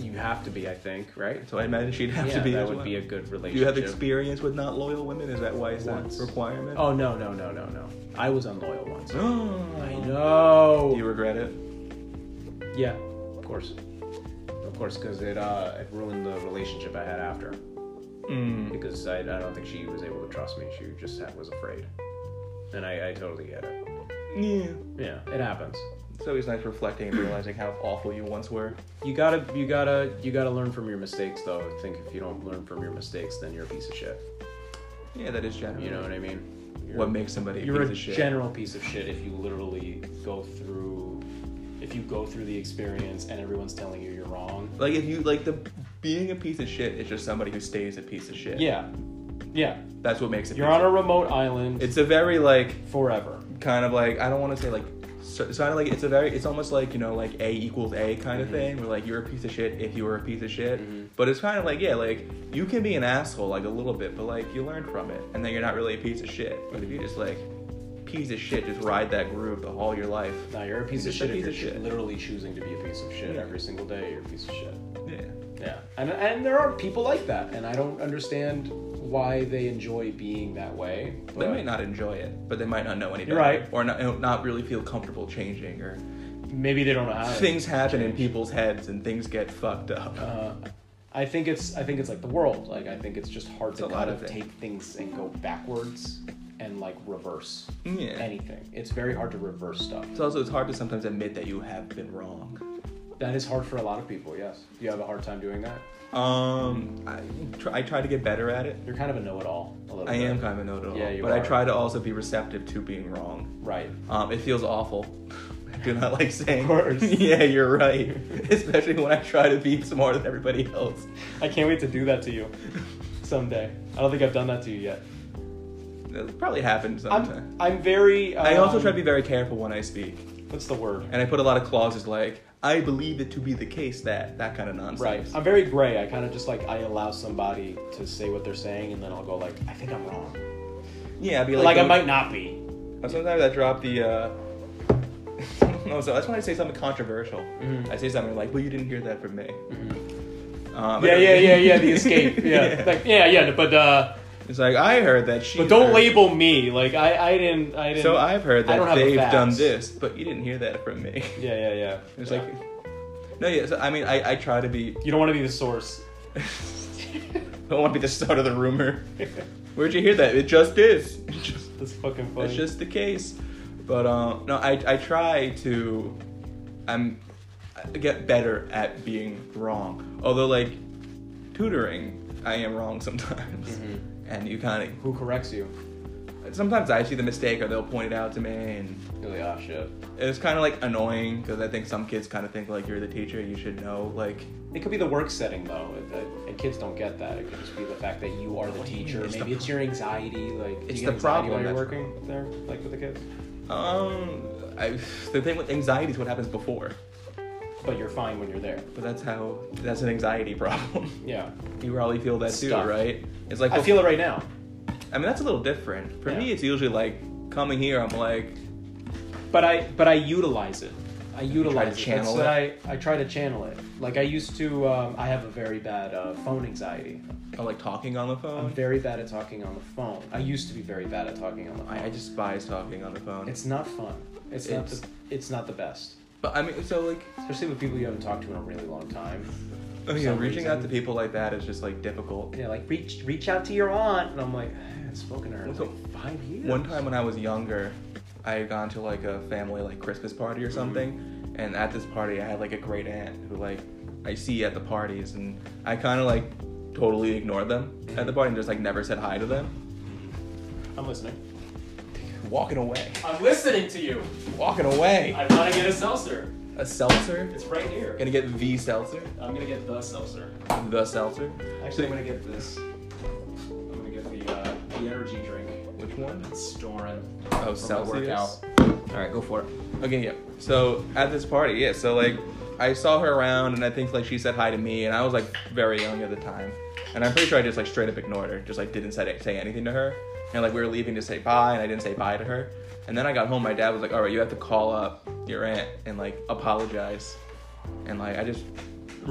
you have to be, I think, right? So I imagine she'd have yeah, to be. that as would well. be a good Do relationship. you have experience with not loyal women? Is that why it's that Once. requirement? Oh no, no, no, no, no. I was unloyal once. I I know. You regret it? Yeah, of course. Of course, because it uh, it ruined the relationship I had after. Mm. Because I, I don't think she was able to trust me. She just had, was afraid, and I, I totally get it. Yeah. Yeah, it happens. It's always nice reflecting and realizing how awful you once were. You gotta you gotta you gotta learn from your mistakes, though. I think if you don't learn from your mistakes, then you're a piece of shit. Yeah, that is general. You know what I mean? You're, what makes somebody a you're piece a of shit? general piece of shit if you literally go through if you go through the experience and everyone's telling you you're wrong. like if you like the being a piece of shit is just somebody who stays a piece of shit. Yeah, yeah. That's what makes it. You're on a remote island It's a very like forever. kind of like I don't want to say like so, it's kind of like it's a very it's almost like you know like a equals a kind Mm-hmm. of thing where like you're a piece of shit if you were a piece of shit but it's kind of like yeah like you can be an asshole like a little bit but like you learn from it and then you're not really a piece of shit but if you just like piece of shit just ride that groove the whole your life Now you're a piece of Just a shit. if piece you're of shit. literally choosing to be a piece of shit Yeah. every single day. You're a piece of shit. yeah Yeah, and and there are people like that, and I don't understand why they enjoy being that way. they but- might not enjoy it but they might not know any You're better right. or not, not really feel comfortable changing or Maybe they don't know how. to things happen in change. people's heads and things get fucked up Uh, I think it's I think it's like the world. Like I think it's just hard to a kind lot of of things. take things and go backwards and like reverse Yeah. anything. It's very hard to reverse stuff. It's also it's hard to sometimes admit that you have been wrong. That is hard for a lot of people. Yes. Do you have a hard time doing that? Um, I try, I try to get better at it. You're kind of a know-it-all. A little I bit. am kind of a know-it-all, Yeah, you but I are. try to also be receptive to being wrong. Right. Um, it feels awful. I do not like saying. course. yeah, you're right. Especially when I try to be smarter than everybody else. I can't wait to do that to you someday. I don't think I've done that to you yet. It probably happens I'm sometimes. I'm very. Um, I also try to be very careful when I speak, What's the word? and I put a lot of clauses like "I believe it to be the case that" that kind of Right. nonsense. I'm very gray. I kind of just like I allow somebody to say what they're saying, and then I'll go like, I think I'm wrong. Yeah, I'd be Like, like, I "Oh, might not be. Uh, Sometimes I drop the. Uh, no, so that's when I say something controversial. Mhm. I say something like, "Well, you didn't hear that from me." Mm-hmm. Um, Yeah, yeah, yeah, yeah. The escape. Yeah. Like yeah, yeah. But uh, It's like I heard that she. but don't heard- label me. Like I I didn't I didn't. So I've heard I that don't have the they've facts. done this, but you didn't hear that from me. Yeah, yeah, yeah. It's Yeah. like, no, yeah. So, I mean, I, I try to be. you don't want to be the source. don't want to be the start of the rumor. Where'd you hear that? It just is. It just, That's fucking funny. it's just the case. But um, no, I I try to. I'm I get better at being wrong. Although like tutoring, I am wrong sometimes. Mhm. And you kind who corrects you? of sometimes I see the mistake or they'll point it out to me and You're like, ah, shit. it's kind of like annoying because I think some kids kind of think like you're the teacher, you should know like It could be the work setting though, It- it- and kids don't get that. It could just be the fact that you are the What do you teacher. mean? It's Maybe the it's your anxiety. Like do It's you the get problem anxiety while you're that's- working there, like with the kids. um I, the thing with anxiety is what happens before, But you're fine when you're there. but that's how that's an anxiety problem. Yeah, you probably feel that too, Stuff. right? It's like I feel it right now. I mean that's a little different. For me, Yeah. it's usually like coming here, I'm like But I but I utilize it. I utilize it. That's channel what I I try to channel it. Like I used to. Um, I have a very bad uh, phone anxiety. I'm like talking on the I'm phone. very bad at talking on the phone. I used to be very bad at talking on the phone. I, I despise talking on the phone. It's not fun. It's, not It's- the. It's not the best, but I mean, so like, especially with people you haven't talked to in a really long time. oh yeah, some reaching out reason. to people like that is just like difficult. Yeah, like reach reach out to your aunt, and I'm like, I haven't spoken to her in So, like five years. One time when I was younger, I had gone to like a family like Christmas party or Mm-hmm. something, and at this party I had like a great aunt who like I see at the parties, and I kind of like totally ignored them at the party and just like never said hi to them. I'm listening. Walking away, I'm listening to you. walking away. I want to get a seltzer. A seltzer. It's right here. Gonna get the seltzer. I'm gonna get the seltzer. The seltzer. Actually, I'm gonna get this. I'm gonna get the uh, the energy drink. Which one? It's Storin. Oh, From my Celsius. workout. All right, go for it. Okay, yeah. So at this party, yeah. So like, I saw her around, and I think like she said hi to me, and I was like very young at the time, and I'm pretty sure I just like straight up ignored her, just like didn't say say anything to her, and like we were leaving to say bye, and I didn't say bye to her, and then I got home, my dad was like, all right, you have to call up your aunt and like apologize, and like I just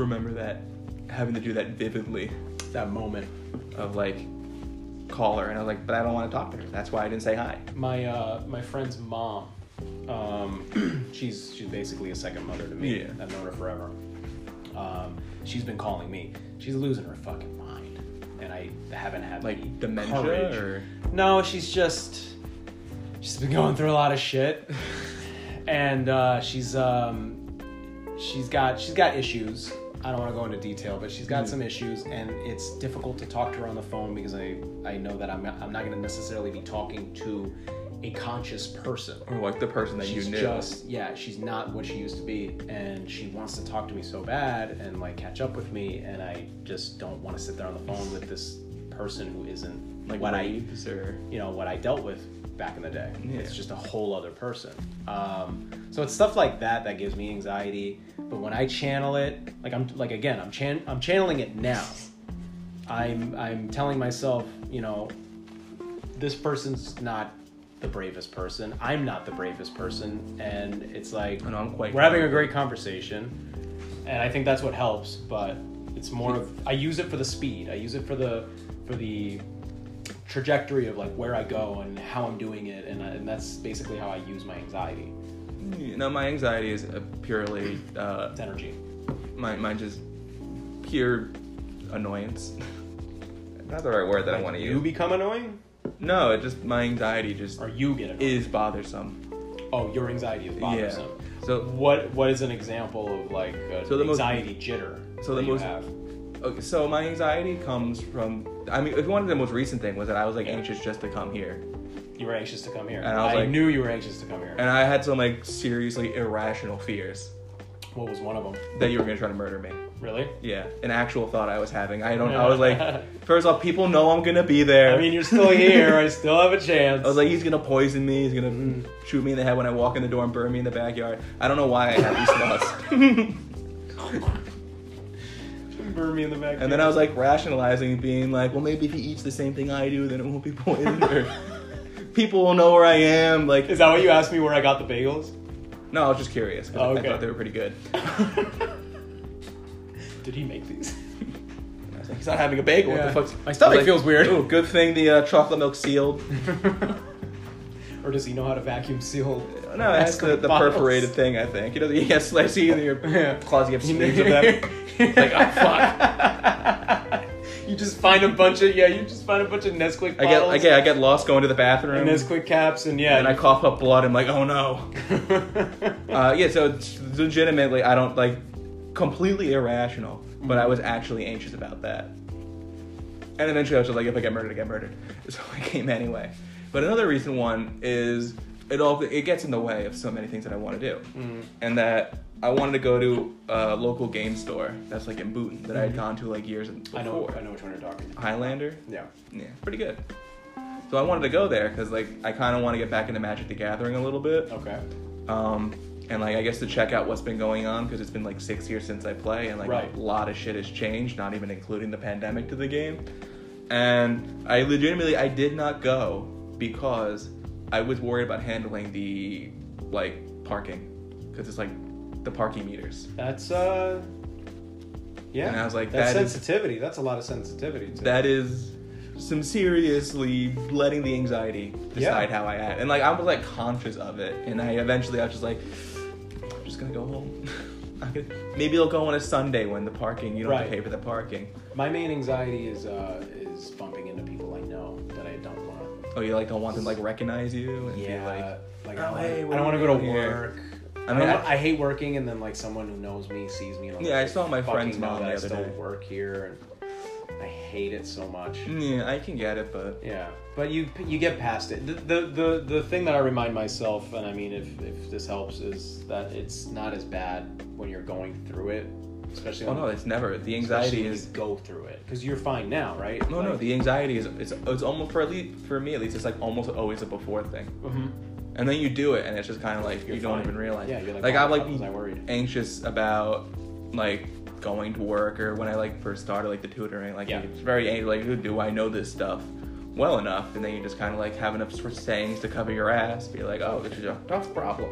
remember that having to do that vividly That moment. of like call her, and I was like, but I don't want to talk to her. That's why I didn't say hi. My uh, my friend's mom. Um, she's she's basically a second mother to me. Yeah. I've known her forever. Um, she's been calling me. She's losing her fucking mind, and I haven't had any Like dementia courage. or. No, she's just she's been going through a lot of shit, and uh, she's um, she's got she's got issues. I don't want to go into detail, but she's Mm-hmm. got some issues, and it's difficult to talk to her on the phone because I I know that I'm not, I'm not going to necessarily be talking to a conscious person. Or like the person that She's you knew. just yeah, she's not what she used to be, and she wants to talk to me so bad and like catch up with me, and I just don't want to sit there on the phone with this person who isn't like what I waves or you know what I dealt with back in the day. Yeah. It's just a whole other person. Um, so it's stuff like that that gives me anxiety. But when I channel it, like I'm like again, I'm chan- I'm channeling it now. I'm I'm telling myself, you know, this person's not the bravest person. I'm not the bravest person, and it's like and I'm quite we're having a great conversation, and I think that's what helps. But it's more of I use it for the speed. I use it for the for the trajectory of like where I go and how I'm doing it, and, I, and that's basically how I use my anxiety. no my anxiety is uh, purely uh It's energy. my mine just pure annoyance. Not the right word that I want to You use. become annoying, No, it just my anxiety just or you get annoying. is bothersome. oh, your anxiety is bothersome. So, What What is an example of like a So the most- anxiety jitter? so the that you most- have? okay, so my anxiety comes from. I mean, if you wanted the most recent thing was that I was like anxious just to come here, you were anxious to come here. And I was like- knew you were anxious to come here. and I had some like seriously irrational fears what was one of them? that you were gonna try to murder me. Really? Yeah, an actual thought I was having. I don't. I was like, first off, people know I'm gonna be there. I mean, you're still here. Mm. I still have a chance. I was like, he's gonna poison me. He's gonna shoot me in the head when I walk in the door and burn me in the backyard. I don't know why I had these thoughts. burn me in the back. And then I was like rationalizing, being like, well, maybe if he eats the same thing I do, then it won't be poisoned. or people will know where I am. Like, is that what you asked me where I got the bagels? no, I was just curious. 'cause Oh, I okay. thought they were pretty good. Did he make these? I was like, he's not having a bagel. Yeah. What the fuck? My stomach I was like, feels weird. Ooh, good thing the uh, chocolate milk sealed. or does he know how to vacuum seal? No, it has the, excrement the bottles? perforated thing. I think. You know, he has like see either your Yeah. closet you have sleeves of them. like, oh, fuck. You just find a bunch of yeah. You just find a bunch of Nesquik bottles I get, I get, I get lost going to the bathroom, and Nesquik caps, and yeah. and I cough up blood. I'm like, oh no. Uh, yeah, so it's legitimately, I don't like completely irrational, but I was actually anxious about that. And eventually, I was just like, if I get murdered, I get murdered. So I came anyway. But another recent one is it all it gets in the way of so many things that I want to do, Mm-hmm. and that I wanted to go to a local game store that's like in Booton that I had gone to like years before. Mm-hmm. I know. I know which one you're talking. about. Highlander. Yeah. Yeah, pretty good. So I wanted to go there because like I kind of want to get back into Magic the Gathering a little bit Okay. um, and like I guess to check out what's been going on because it's been like six years since I play, and like Right. a lot of shit has changed, not even including the pandemic to the game. And I legitimately I did not go because I was worried about handling the like parking because it's like the parking meters. That's uh. Yeah. And I was like, that's that is- sensitivity. That's a lot of sensitivity. To That is some seriously letting the anxiety decide Yeah. how I act, and like I was like conscious of it, and I eventually I was just like, I'm just gonna go home. I'm gonna- Maybe it'll go on a Sunday when the parking you don't have to Right. pay for the parking. My main anxiety is uh is bumping into people I know that I don't want to Oh, you like don't want them to like recognize you and be like, like, "Oh, I don't wanna- hey, I what don't are want to you go to doing here?" work. I I mean, mean, I, I- hate working, and then like someone who knows me sees me. And I'm Yeah, like, I saw my "Fucking friend's know mom that the I other still day. work here, and I hate it so much. yeah, I can get it, but Yeah, but you you get past it. The, the the the thing that I remind myself, and I mean, if if this helps, is that it's not as bad when you're going through it, especially. oh when- no, it's never. The especially anxiety when is you go through it because you're fine now, right? no, no. The anxiety is it's it's almost for at least for me at least it's like almost always a before thing. hmm And then you do it, and it's just kind of like You're you don't fine. even realize. Yeah, you're like, like "Oh, I'm like eh, fuck, was I worried?" anxious about like going to work or when I like first started like the tutoring. Like Yeah. it's very anxious. Like, "Ooh, do I know this stuff well enough? And then you just kind of like have enough sort of sayings to cover your ass. Be like, oh, this is a tough problem.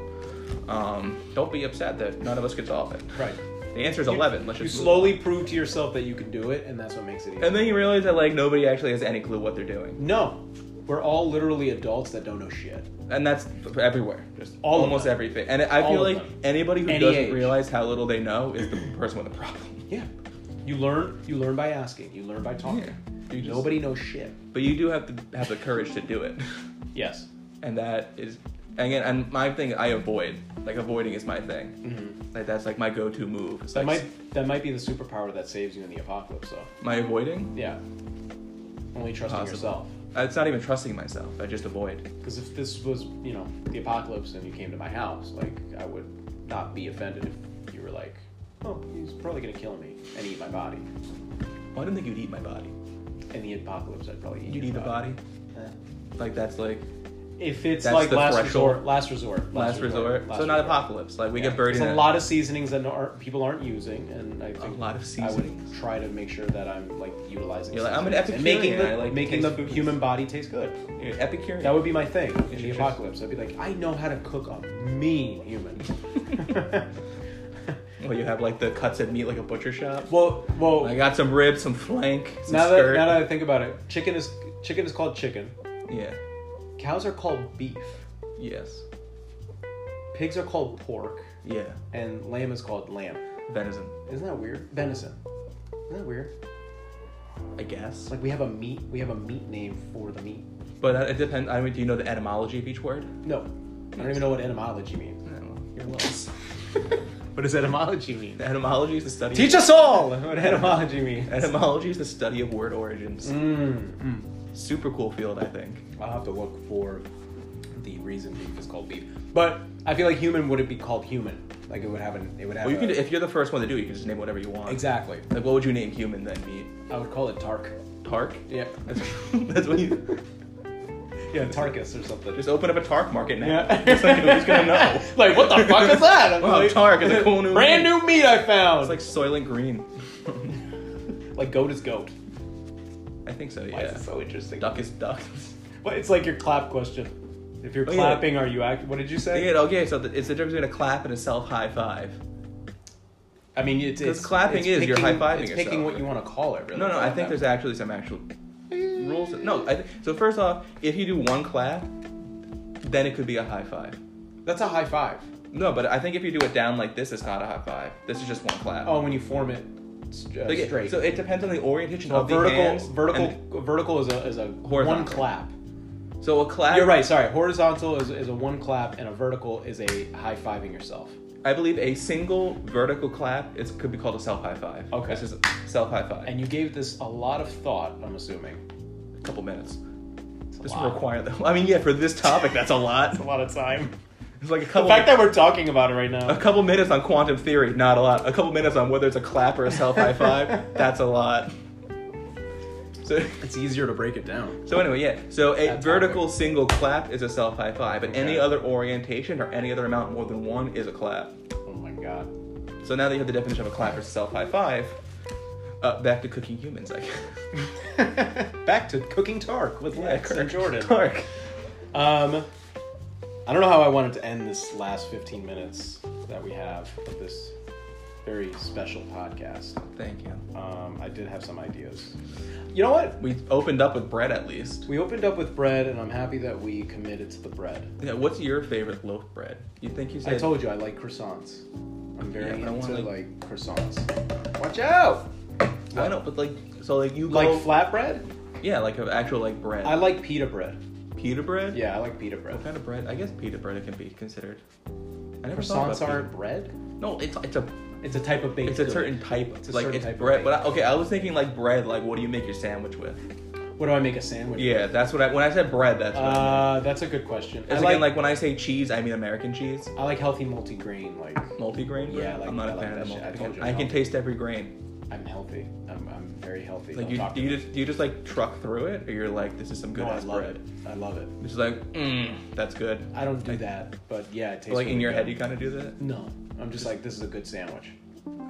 Um, don't be upset that none of us could solve it. Right. The answer is eleven. Let's You just move slowly prove to yourself that you can do it, and that's what makes it easy. on. And then you realize that like nobody actually has any clue what they're doing, no, we're all literally adults that don't know shit. and that's everywhere. Just All of almost them. everything. And I feel All of like them. anybody who Any doesn't age. realize how little they know is the person with the problem. Yeah, you learn. You learn by asking. You learn by talking. Yeah. You just- Nobody knows shit. But you do have to have the courage to do it, Yes. and that is again. And my thing, I avoid. Like avoiding is my thing. Like that's like my go-to move. It's Mm-hmm. That like might that might be the superpower that saves you in the apocalypse, though. my avoiding. Yeah. Only trusting Possible. yourself. It's not even trusting myself. I just avoid. Because if this was, you know, the apocalypse and you came to my house, like I would not be offended if you were like, "Oh, he's probably gonna kill me and eat my body." Well, I didn't think you'd eat my body. In the apocalypse, I'd probably eat. You'd your eat the body. Eh. Like that's like If it's That's like the last threshold. resort, last resort, last, resort. last so not resort. apocalypse. Like we Yeah. get buried There's in a lot of seasonings that aren't, people aren't using, and I think lot of I would seasonings. try to make sure that I'm like utilizing. You're like, I'm an seasonings and making Epicurean, the I like to making the taste foods. human body taste good. Epicurean. That would be my thing in the Interesting. apocalypse. I'd be like, I know how to cook a mean human. Well, you have like the cuts of meat like a butcher shop. well, well, I got some ribs, some flank, some now that skirt. now that I think about it, chicken is chicken is called chicken. yeah. Cows are called beef. Yes. Pigs are called pork, Yeah. and lamb is called lamb. Venison. Isn't that weird? Venison. Isn't that weird? I guess. It's like we have a meat we have a meat name for the meat. But uh, it depends. I mean, do you know the etymology of each word? No. I don't even know what etymology means. I don't know. You're lost. What does etymology mean? etymology is the study. Teach us all what etymology means. Etymology is the study of word origins. Mm, mm. Super cool field, I think. I'll have to look for the reason beef is called beef. But I feel like human wouldn't be called human. Like it would have an it would have Well, you a- can if you're the first one to do it, you can just name whatever you want. exactly. Like, what would you name human then? Meat? I would call it Tark. Tark? Yeah. That's, that's what you. Yeah, Tarkus or something. Just open up a Tark market now. yeah. It's like, who's gonna know? like what the fuck is that? I'm Wow, like, Tark is a cool new brand name. new meat I found. It's like Soylent Green. like goat is goat. I think so. Why Yeah. is it so interesting? Duck is duck. Well, it's like your clap question. If you're Oh, yeah. clapping, are you act? What did you say? yeah. Okay. So the, it's the difference between a clap and a self high five. I mean, it's, it's clapping it's is you're picking- high-fiving It's picking yourself. what you want to call it. Really. No, no. I think there's actually some actual rules. No. I th- so first off, if you do one clap, then it could be a high five. That's a high five. No, but I think if you do it down like this, it's not a high five. This is just one clap. Oh, when you form it s- uh, Like it- straight. So it depends on the orientation a of the vertical, hands. vertical, and vertical is a is a one Horizontal. clap. the- so a clap. You're right. Sorry, horizontal is, is a one clap, and a vertical is a high fiving yourself. I believe a single vertical clap is could be called a self high five. Okay. This is self high five. And you gave this a lot of thought. I'm assuming. a couple minutes. It's a This lot. will require though. I mean, yeah, for this topic, that's a lot. It's a lot of time. It's like a The couple. fact that we're talking about it right now. a couple minutes on quantum theory, not a lot. A couple minutes on whether it's a clap or a self high five, that's a lot. So, It's easier to break it down. so anyway, yeah. So a That's vertical single clap is a self high five, but any Okay. other orientation or any other amount more than one is a clap. Oh my god. So now that you have the definition of a clap versus self high five, uh, back to cooking humans, I guess. Back to cooking Tark with Lex and Kirk. Jordan. Kirk. Um, I don't know how I wanted to end this last 15 minutes that we have of this very special podcast. Thank you. Um, I did have some ideas. You know what? We opened up with bread at least. We opened up with bread, and I'm happy that we committed to the bread. Yeah, what's your favorite loaf bread? You think you said I told you I like croissants. I'm very Yeah, but I into wanna- like croissants. Watch out! I know, but like so like you Like go- flatbread? Yeah, like an actual like bread. I like pita bread. pita bread? Yeah, I like pita bread. What kind of bread? I guess pita bread can be considered. I never thought Croissants about aren't bread. pita- No, it's it's a It's a type of baked. it's a good. certain type. It's It's a like certain it's type of bread. thing. But I, okay, I was thinking like bread. Like what do you make your sandwich with? What do I make a sandwich? Yeah, that's what I when I said bread. That's what I meant. Uh, that's a good question. I As like, again, like when I say cheese, I mean American cheese, I like healthy multigrain. Like multigrain. Yeah, bread. I like- I'm not I a like fan that of the shit. I told you multigrain. I'm I can healthy. taste every grain. I'm healthy. I'm, I'm very healthy. Like Don't you, talk do to you me. just do you just like truck through it, or you're like this is some good No, I ass love bread. it. I love it. It's like mm, that's good. I don't do that, but yeah, it tastes. But, like in really your good. head, you kind of do that. No, I'm just like this is a good sandwich.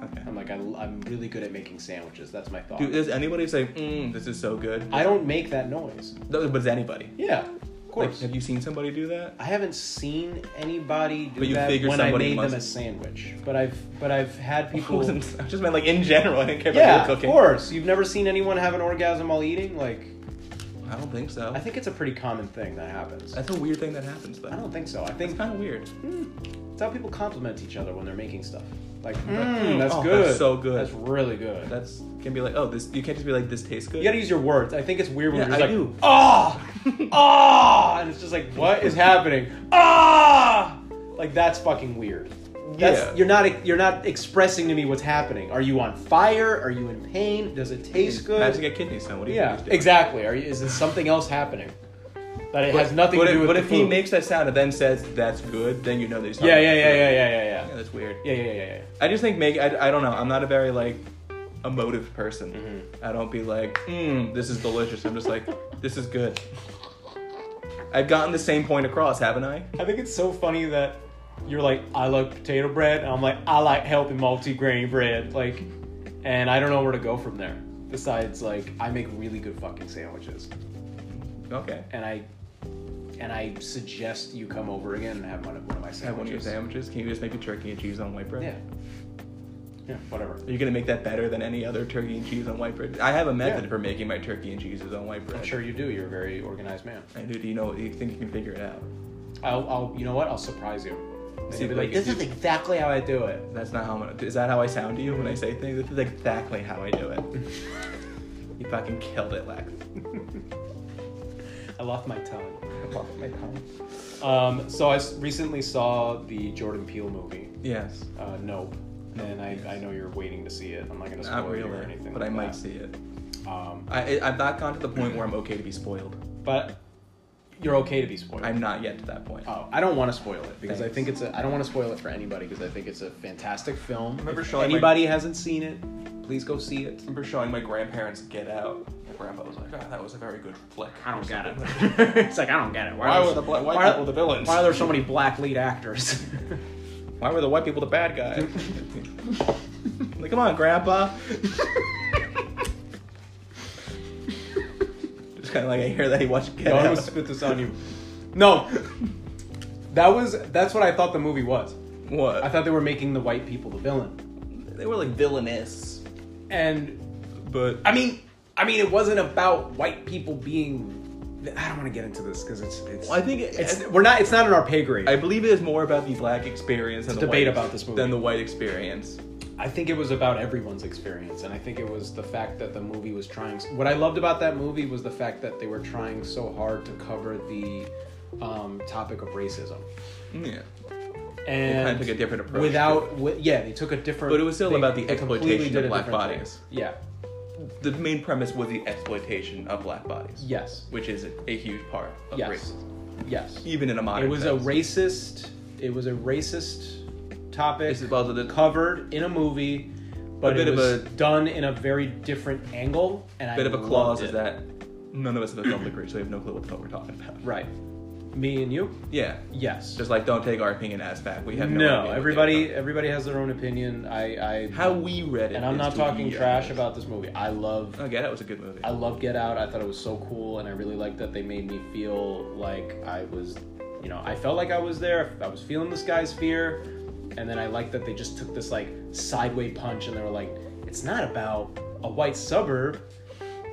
Okay. I'm like I, am really good at making sandwiches. That's my thought. Dude, does anybody say mm, this is so good? I don't make that noise. No, But does anybody? Yeah, of Like, course. have you seen somebody do that? I haven't seen anybody do But you that figure when I somebody made them must- a sandwich. But I've but I've had I people. wasn't- I just meant like in general. I didn't care Yeah, about your of cooking. course. You've never seen anyone have an orgasm while eating. Like, I don't think so. I think it's a pretty common thing that happens. that's a weird thing that happens though. I don't think so. I It's think Hmm. kind of weird. it's how people compliment each other when they're making stuff. Like, Mm, "Mm, that's oh, good. that's so good." That's really good. That's can be like oh this. You can't just be like this tastes good. you gotta use your words. I think it's weird when Yeah, you're I just like, do. ah, ah, and it's just like, what is happening? Ah, like that's fucking weird. That's, Yeah. You're not you're not expressing to me what's happening. Are you on fire? Are you in pain? Does it taste good? Imagine a kidney stone. What do you Yeah, think he's doing? exactly. Are you, is there something else happening that it has nothing but to if, do with But the if food? he makes that sound and then says that's good, then you know that he's. yeah, talking yeah, about yeah, food. yeah, yeah, yeah, Yeah, yeah, that's weird. yeah, yeah, yeah, yeah. I just think make I, I don't know. I'm not a very like emotive person. Mm-hmm. I don't be like, mm, this is delicious. I'm just like, this is good. I've gotten the same point across, haven't I? I think it's so funny that you're like, I like potato bread, and I'm like, I like healthy multi-grain bread, like, and I don't know where to go from there. Besides, like, I make really good fucking sandwiches, Okay. and I, and I suggest you come over again and have one of, one of my sandwiches. Have one of your sandwiches. Can you just make a turkey and cheese on white bread? Yeah. Yeah. Whatever. Are you gonna make that better than any other turkey and cheese on white bread? I have a method Yeah. for making my turkey and cheeses on white bread. I'm sure you do. You're a very organized man. I do. Do you know? Do you think you can figure it out? I'll, I'll you know what? I'll surprise you. And See, you'll be like, like, this if is you- exactly how I do it. That's not how I'm gonna. Is that how I sound to you when I say things? This is exactly how I do it. you fucking killed it, Lex. I lost my tongue. I lost my tongue. Um, so I s- recently saw the Jordan Peele movie, Yes. Uh, nope. And I, I know you're waiting to see it. I'm not going to spoil Not you or really, anything. but I like might that. see it. Um, I, I- I've not gone to the point where I'm okay to be spoiled. but you're okay to be spoiled. I'm not yet to that point. Oh, I don't want to spoil it because I Thanks. think it's a. I don't want to spoil it for anybody because I think it's a fantastic film. Remember if showing my- anybody hasn't seen it, please go see it. I remember showing my grandparents Get Out. My grandpa was like, "Ah, that was a very good flick." or something. it's like I don't get it. Why are were there- the bla- white why are- people the villains? Why are there so many black lead actors? Why were the white people the bad guys? like, come on, grandpa. Just kind of like I hear that he watched Get No, I'm Out. gonna spit this on you. No, that was that's what I thought the movie was. What? I thought they were making the white people the villain, they were like villainous, and but I mean, I mean, it wasn't about white people being. I don't want to get into this because it's it's. Well, I think it- it's we're not. It's not in our pay grade. I believe it is more about the black experience than the debate white, about this movie. than the white experience. I think it was about everyone's experience, and I think it was the fact that the movie was trying. What I loved about that movie was the fact that they were trying so hard to cover the um, topic of racism, Yeah, and kinda took a different approach Without, wi- yeah, they took a different. But it was still they- about the they completely exploitation did of a black different thing. bodies. Yeah. the main premise was the exploitation of black bodies, Yes. which is a, a huge part of Yes. racism, Yes. even in a modern. It was a sense. racist. It was a racist topic This is also the covered in a movie, but bit it of was a- done in a very different angle. And bit I of a loved clause is it. that none of us have a film degree, so we have no clue what the fuck we're talking about. right? Me and you. Yeah. Yes. Just like don't take our opinion as fact. We have no. idea no, what they were everybody talking everybody has their own opinion. I, I about. How we read it. and I'm is not to talking we are. trash about this movie. I love Oh, Get Out was a good movie. I love Get Out. I thought it was so cool, and I really liked that they made me feel like I was, you know, I felt like I was there. I was feeling this guy's fear, and then I liked that they just took this like sideway punch, and they were like, it's not about a white suburb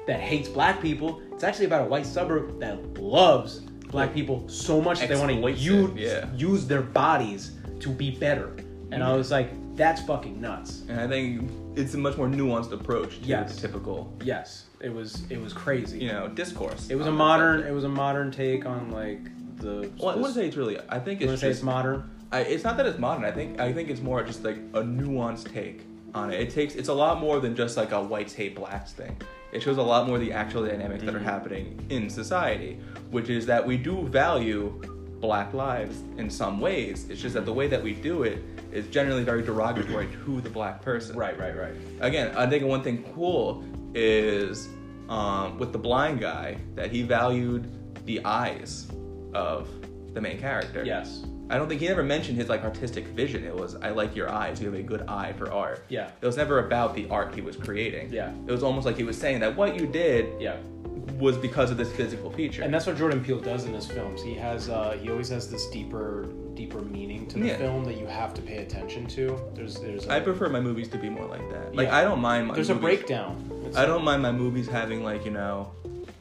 that hates black people. It's actually about a white suburb that loves black people so much that they want to Exploits use, it, yeah. use their bodies to be better. And I was like, that's fucking nuts. and I think it's a much more nuanced approach to Yes. the typical, Yes, it was it was crazy. you know, discourse. It was a on that modern. subject. It was a modern take on like the. Well, I this- wouldn't say it's really. I think it's you wanna just. say it's modern. I, it's not that it's modern. I think I think it's more just like a nuanced take on it. It takes it's a lot more than just like a whites hate blacks thing. It shows a lot more the actual dynamics that are happening in society, which is that we do value black lives in some ways. It's just that the way that we do it is generally very derogatory to the black person Right, right, right. again, I think one thing cool is um, with the blind guy that he valued the eyes of the main character. Yes. I don't think he ever mentioned his like artistic vision. It was I like your eyes. You have a good eye for art. Yeah. It was never about the art he was creating. Yeah. It was almost like he was saying that what you did Yeah, was because of this physical feature. and that's what Jordan Peele does in his films. He has uh, he always has this deeper deeper meaning to the Yeah. film that you have to pay attention to. There's there's a, I prefer my movies to be more like that. Like Yeah. I don't mind my there's a movies- breakdown. It's- I don't mind my movies having like, you know,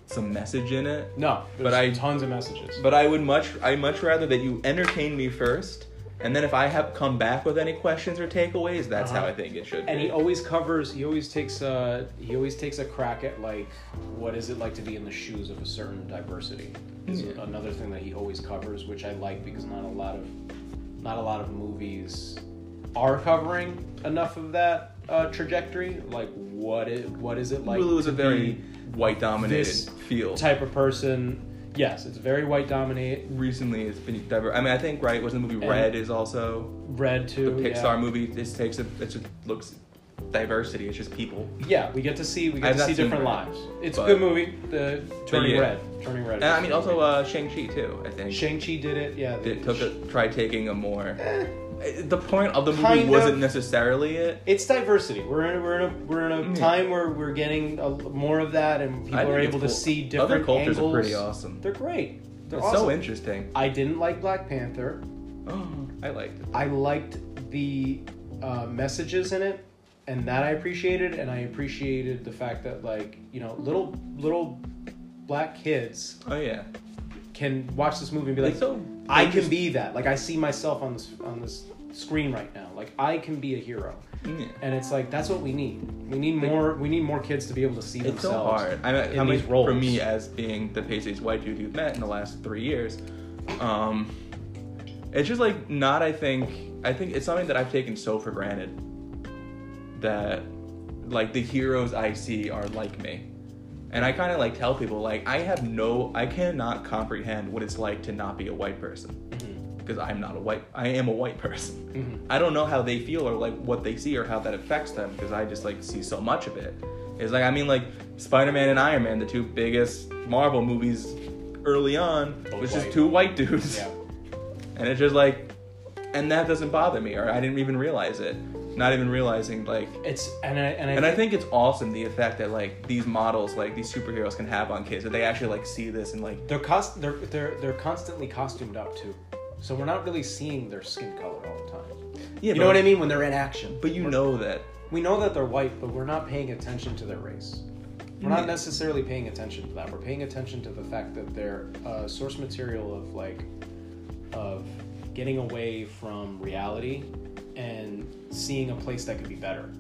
some message in it. no, but but I- I tons of messages. But I would much I much rather that you entertain me first, and then if I have come back with any questions or takeaways, that's how Uh-huh. I think it should. and be. he always covers he always takes a he always takes a crack at like what is it like to be in the shoes of a certain diversity is Yeah. another thing that he always covers which i like because not a lot of not a lot of movies are covering enough of that uh, trajectory like what it what is it like Hulu is a to very be white dominated this field. type of person yes it's very white dominate Recently, it's been diver- I mean, I think right was the movie And- Red is also red the too Pixar yeah. movie. This takes a it just looks diversity. It's just people. yeah we get to see I've we get to not see seen different Red, lives it's but- a good movie the turning yeah. red turning red And was I a mean, good movie. also uh, Shang Chi too. I think Shang Chi did it. Yeah, it they- took a, tried taking a more. eh, The point of the movie Eh. Kind of. wasn't necessarily it. It's diversity. We're in we're in a we're in a Mm. time where we're getting a, more of that, and people I think are it's able cool. to see Other different cultures are angles. pretty awesome. They're great. They're it's so awesome. interesting. I didn't like Black Panther. Oh, I liked it. I liked the uh, messages in it, and that I appreciated. And I appreciated the fact that like you know little little black kids Oh yeah, can watch this movie and be like, It's so I can be that. Like I see myself on this on this screen right now. Like I can be a hero. Yeah. and it's like that's what we need. We need more. We need more kids to be able to see It's so themselves. hard. I mean, in how many, these roles. for me as being the paciest white dude you've met in the last three years, um, It's just like not. I think I think it's something that I've taken so for granted that like the heroes I see are like me. And I kind of like tell people like I have no I cannot comprehend what it's like to not be a white person Mm-hmm. because I'm not a white I am a white person. I don't know how they feel or like what they see or how that affects them because I just like see so much of it. It's like I mean like Spider-Man and Iron Man, the two biggest Marvel movies early on, Both was white. just two white dudes. Yeah. And it's just like and that doesn't bother me or I didn't even realize it. Not even realizing like It's and I and I, and I think it's awesome the effect that like these models, like these superheroes, can have on kids that they actually like see this and like they're cost they're they're they're constantly costumed up too, so we're not really seeing their skin color all the time. yeah, you but, know what I mean when they're in action. But you know that We know that they're white, but we're not paying attention to their race. We're Yeah. not necessarily paying attention to that. We're paying attention to the fact that they're uh, source material of like of getting away from reality and seeing a place that could be better.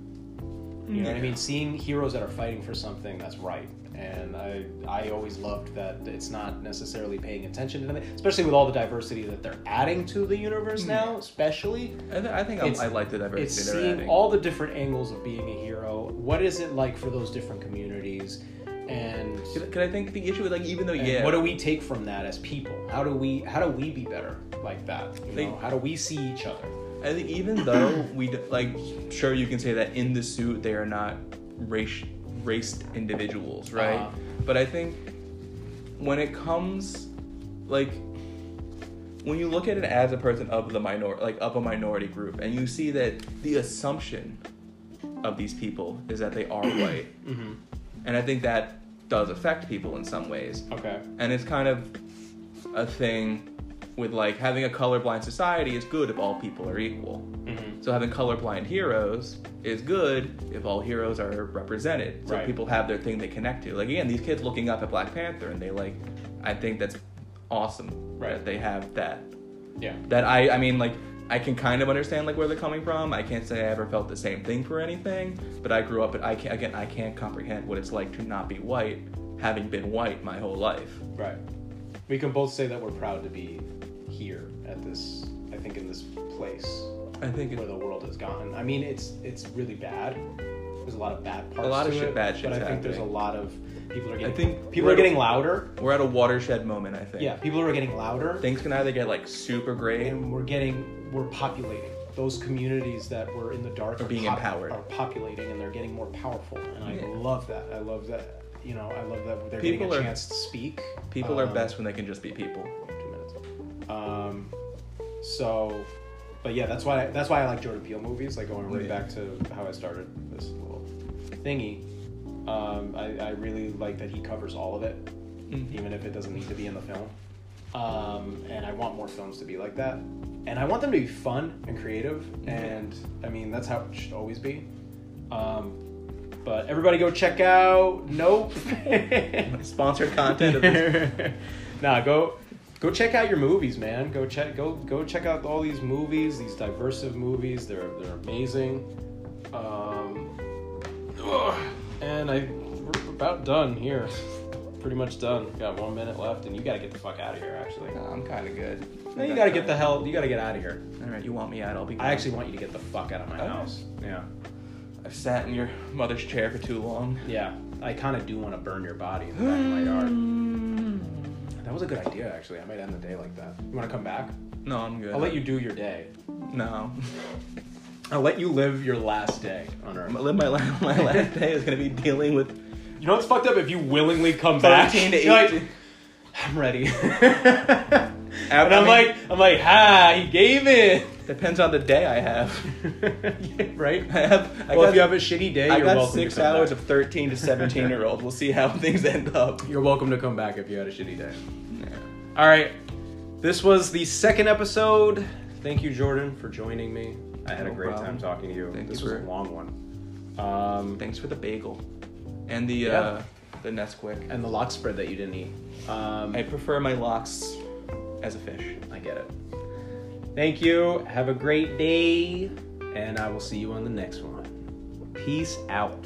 You know what I mean? Seeing heroes that are fighting for something that's right. And I, I always loved that it's not necessarily paying attention to them, especially with all the diversity that they're adding to the universe now, especially. I, th- I think I'm, It's- I like the It's diversity they're seeing adding. all the different angles of being a hero. What is it like for those different communities? And Because I think the issue with like even though and yeah, what do we take from that as people? How do we how do we be better like that? You They- know, how do we see each other? I think even though we d- like sure you can say that in the suit they are not race raced individuals, right? Uh-huh. But I think when it comes like when you look at it as a person of the minor like of a minority group and you see that the assumption of these people is that they are white. And I think that does affect people in some ways Okay. and it's kind of a thing with like having a colorblind society is good if all people are equal. Mm-hmm. So having colorblind heroes is good if all heroes are represented. So Right. people have their thing they connect to. Like again, these kids looking up at Black Panther and they like, I think that's awesome Right. that they have that. Yeah. That I I mean like I can kind of understand like where they're coming from. I can't say I ever felt the same thing for anything, but I grew up. But I can't again I can't comprehend what it's like to not be white, having been white my whole life. Right. We can both say that we're proud to be here at this, I think, in this place I think it, where the world has gone. I mean, it's it's really bad. There's a lot of bad parts. A lot to of shit- it, bad shit's But I think there's a happening. lot of people are getting. think people we're- are getting louder. We're at a watershed moment, I think. Yeah, people are getting louder, Things can either get like super great. and we're getting we're populating those communities that were in the dark Are being empowered. Are populating, and they're getting more powerful. And I Yeah. love that. I love that. You know, I love that they're People getting a are- chance to speak. People are Um, best when they can just be people. two minutes. Um, so, but yeah, that's why that's why I like Jordan Peele movies. Like going right Yeah. back to how I started this little thingy. Um, I, I really like that he covers all of it, Mm-hmm. even if it doesn't need to be in the film. Um, and I want more films to be like that. And I want them to be fun and creative. And I mean, that's how it should always be. Um, but everybody go check out. Nope. Mm-hmm. Sponsored content. Of this. nah, go go check out your movies, man. Go check go go check out all these movies, these diverse movies. They're they're amazing. Um, ugh, and I we're about done here. Pretty much done. Got one minute left, and you gotta get the fuck out of here. Actually, Nah, I'm kind of good. no, you gotta get the hell. You gotta get out of here. All right, you want me out? I'll be. Good. I actually want you to get the fuck out of my Okay. house. Oh. Yeah. I've sat in your mother's chair for too long. Yeah. I kind of do want to burn your body in the back of my yard. That was a good idea, actually. I might end the day like that. You want to come back? No, I'm good. I'll let you do your day. No, I'll let you live your last day on I'm Earth. gonna live my life. My last day is gonna be dealing with You know what's fucked up? If you willingly come back, 13 to you're like, 18. I'm ready. and And I'm like, I'm like, ha, he gave it. depends on the day I have. right? I have. I well, got, if you have a shitty day, I you're got welcome six to come hours back. of 13 to 17 year olds. We'll see how things end up. You're welcome to come back if you had a shitty day. All right, this was the second episode. Thank you, Jordan, for joining me. I had a No great problem. time talking to you. Thank this you was for- a long one. Um, Thanks for the bagel and the uh, the Nesquik. and the lock spread that you didn't eat. Um, I prefer my locks as a fish. I get it. Thank you. Have a great day. And I will see you on the next one. Peace out.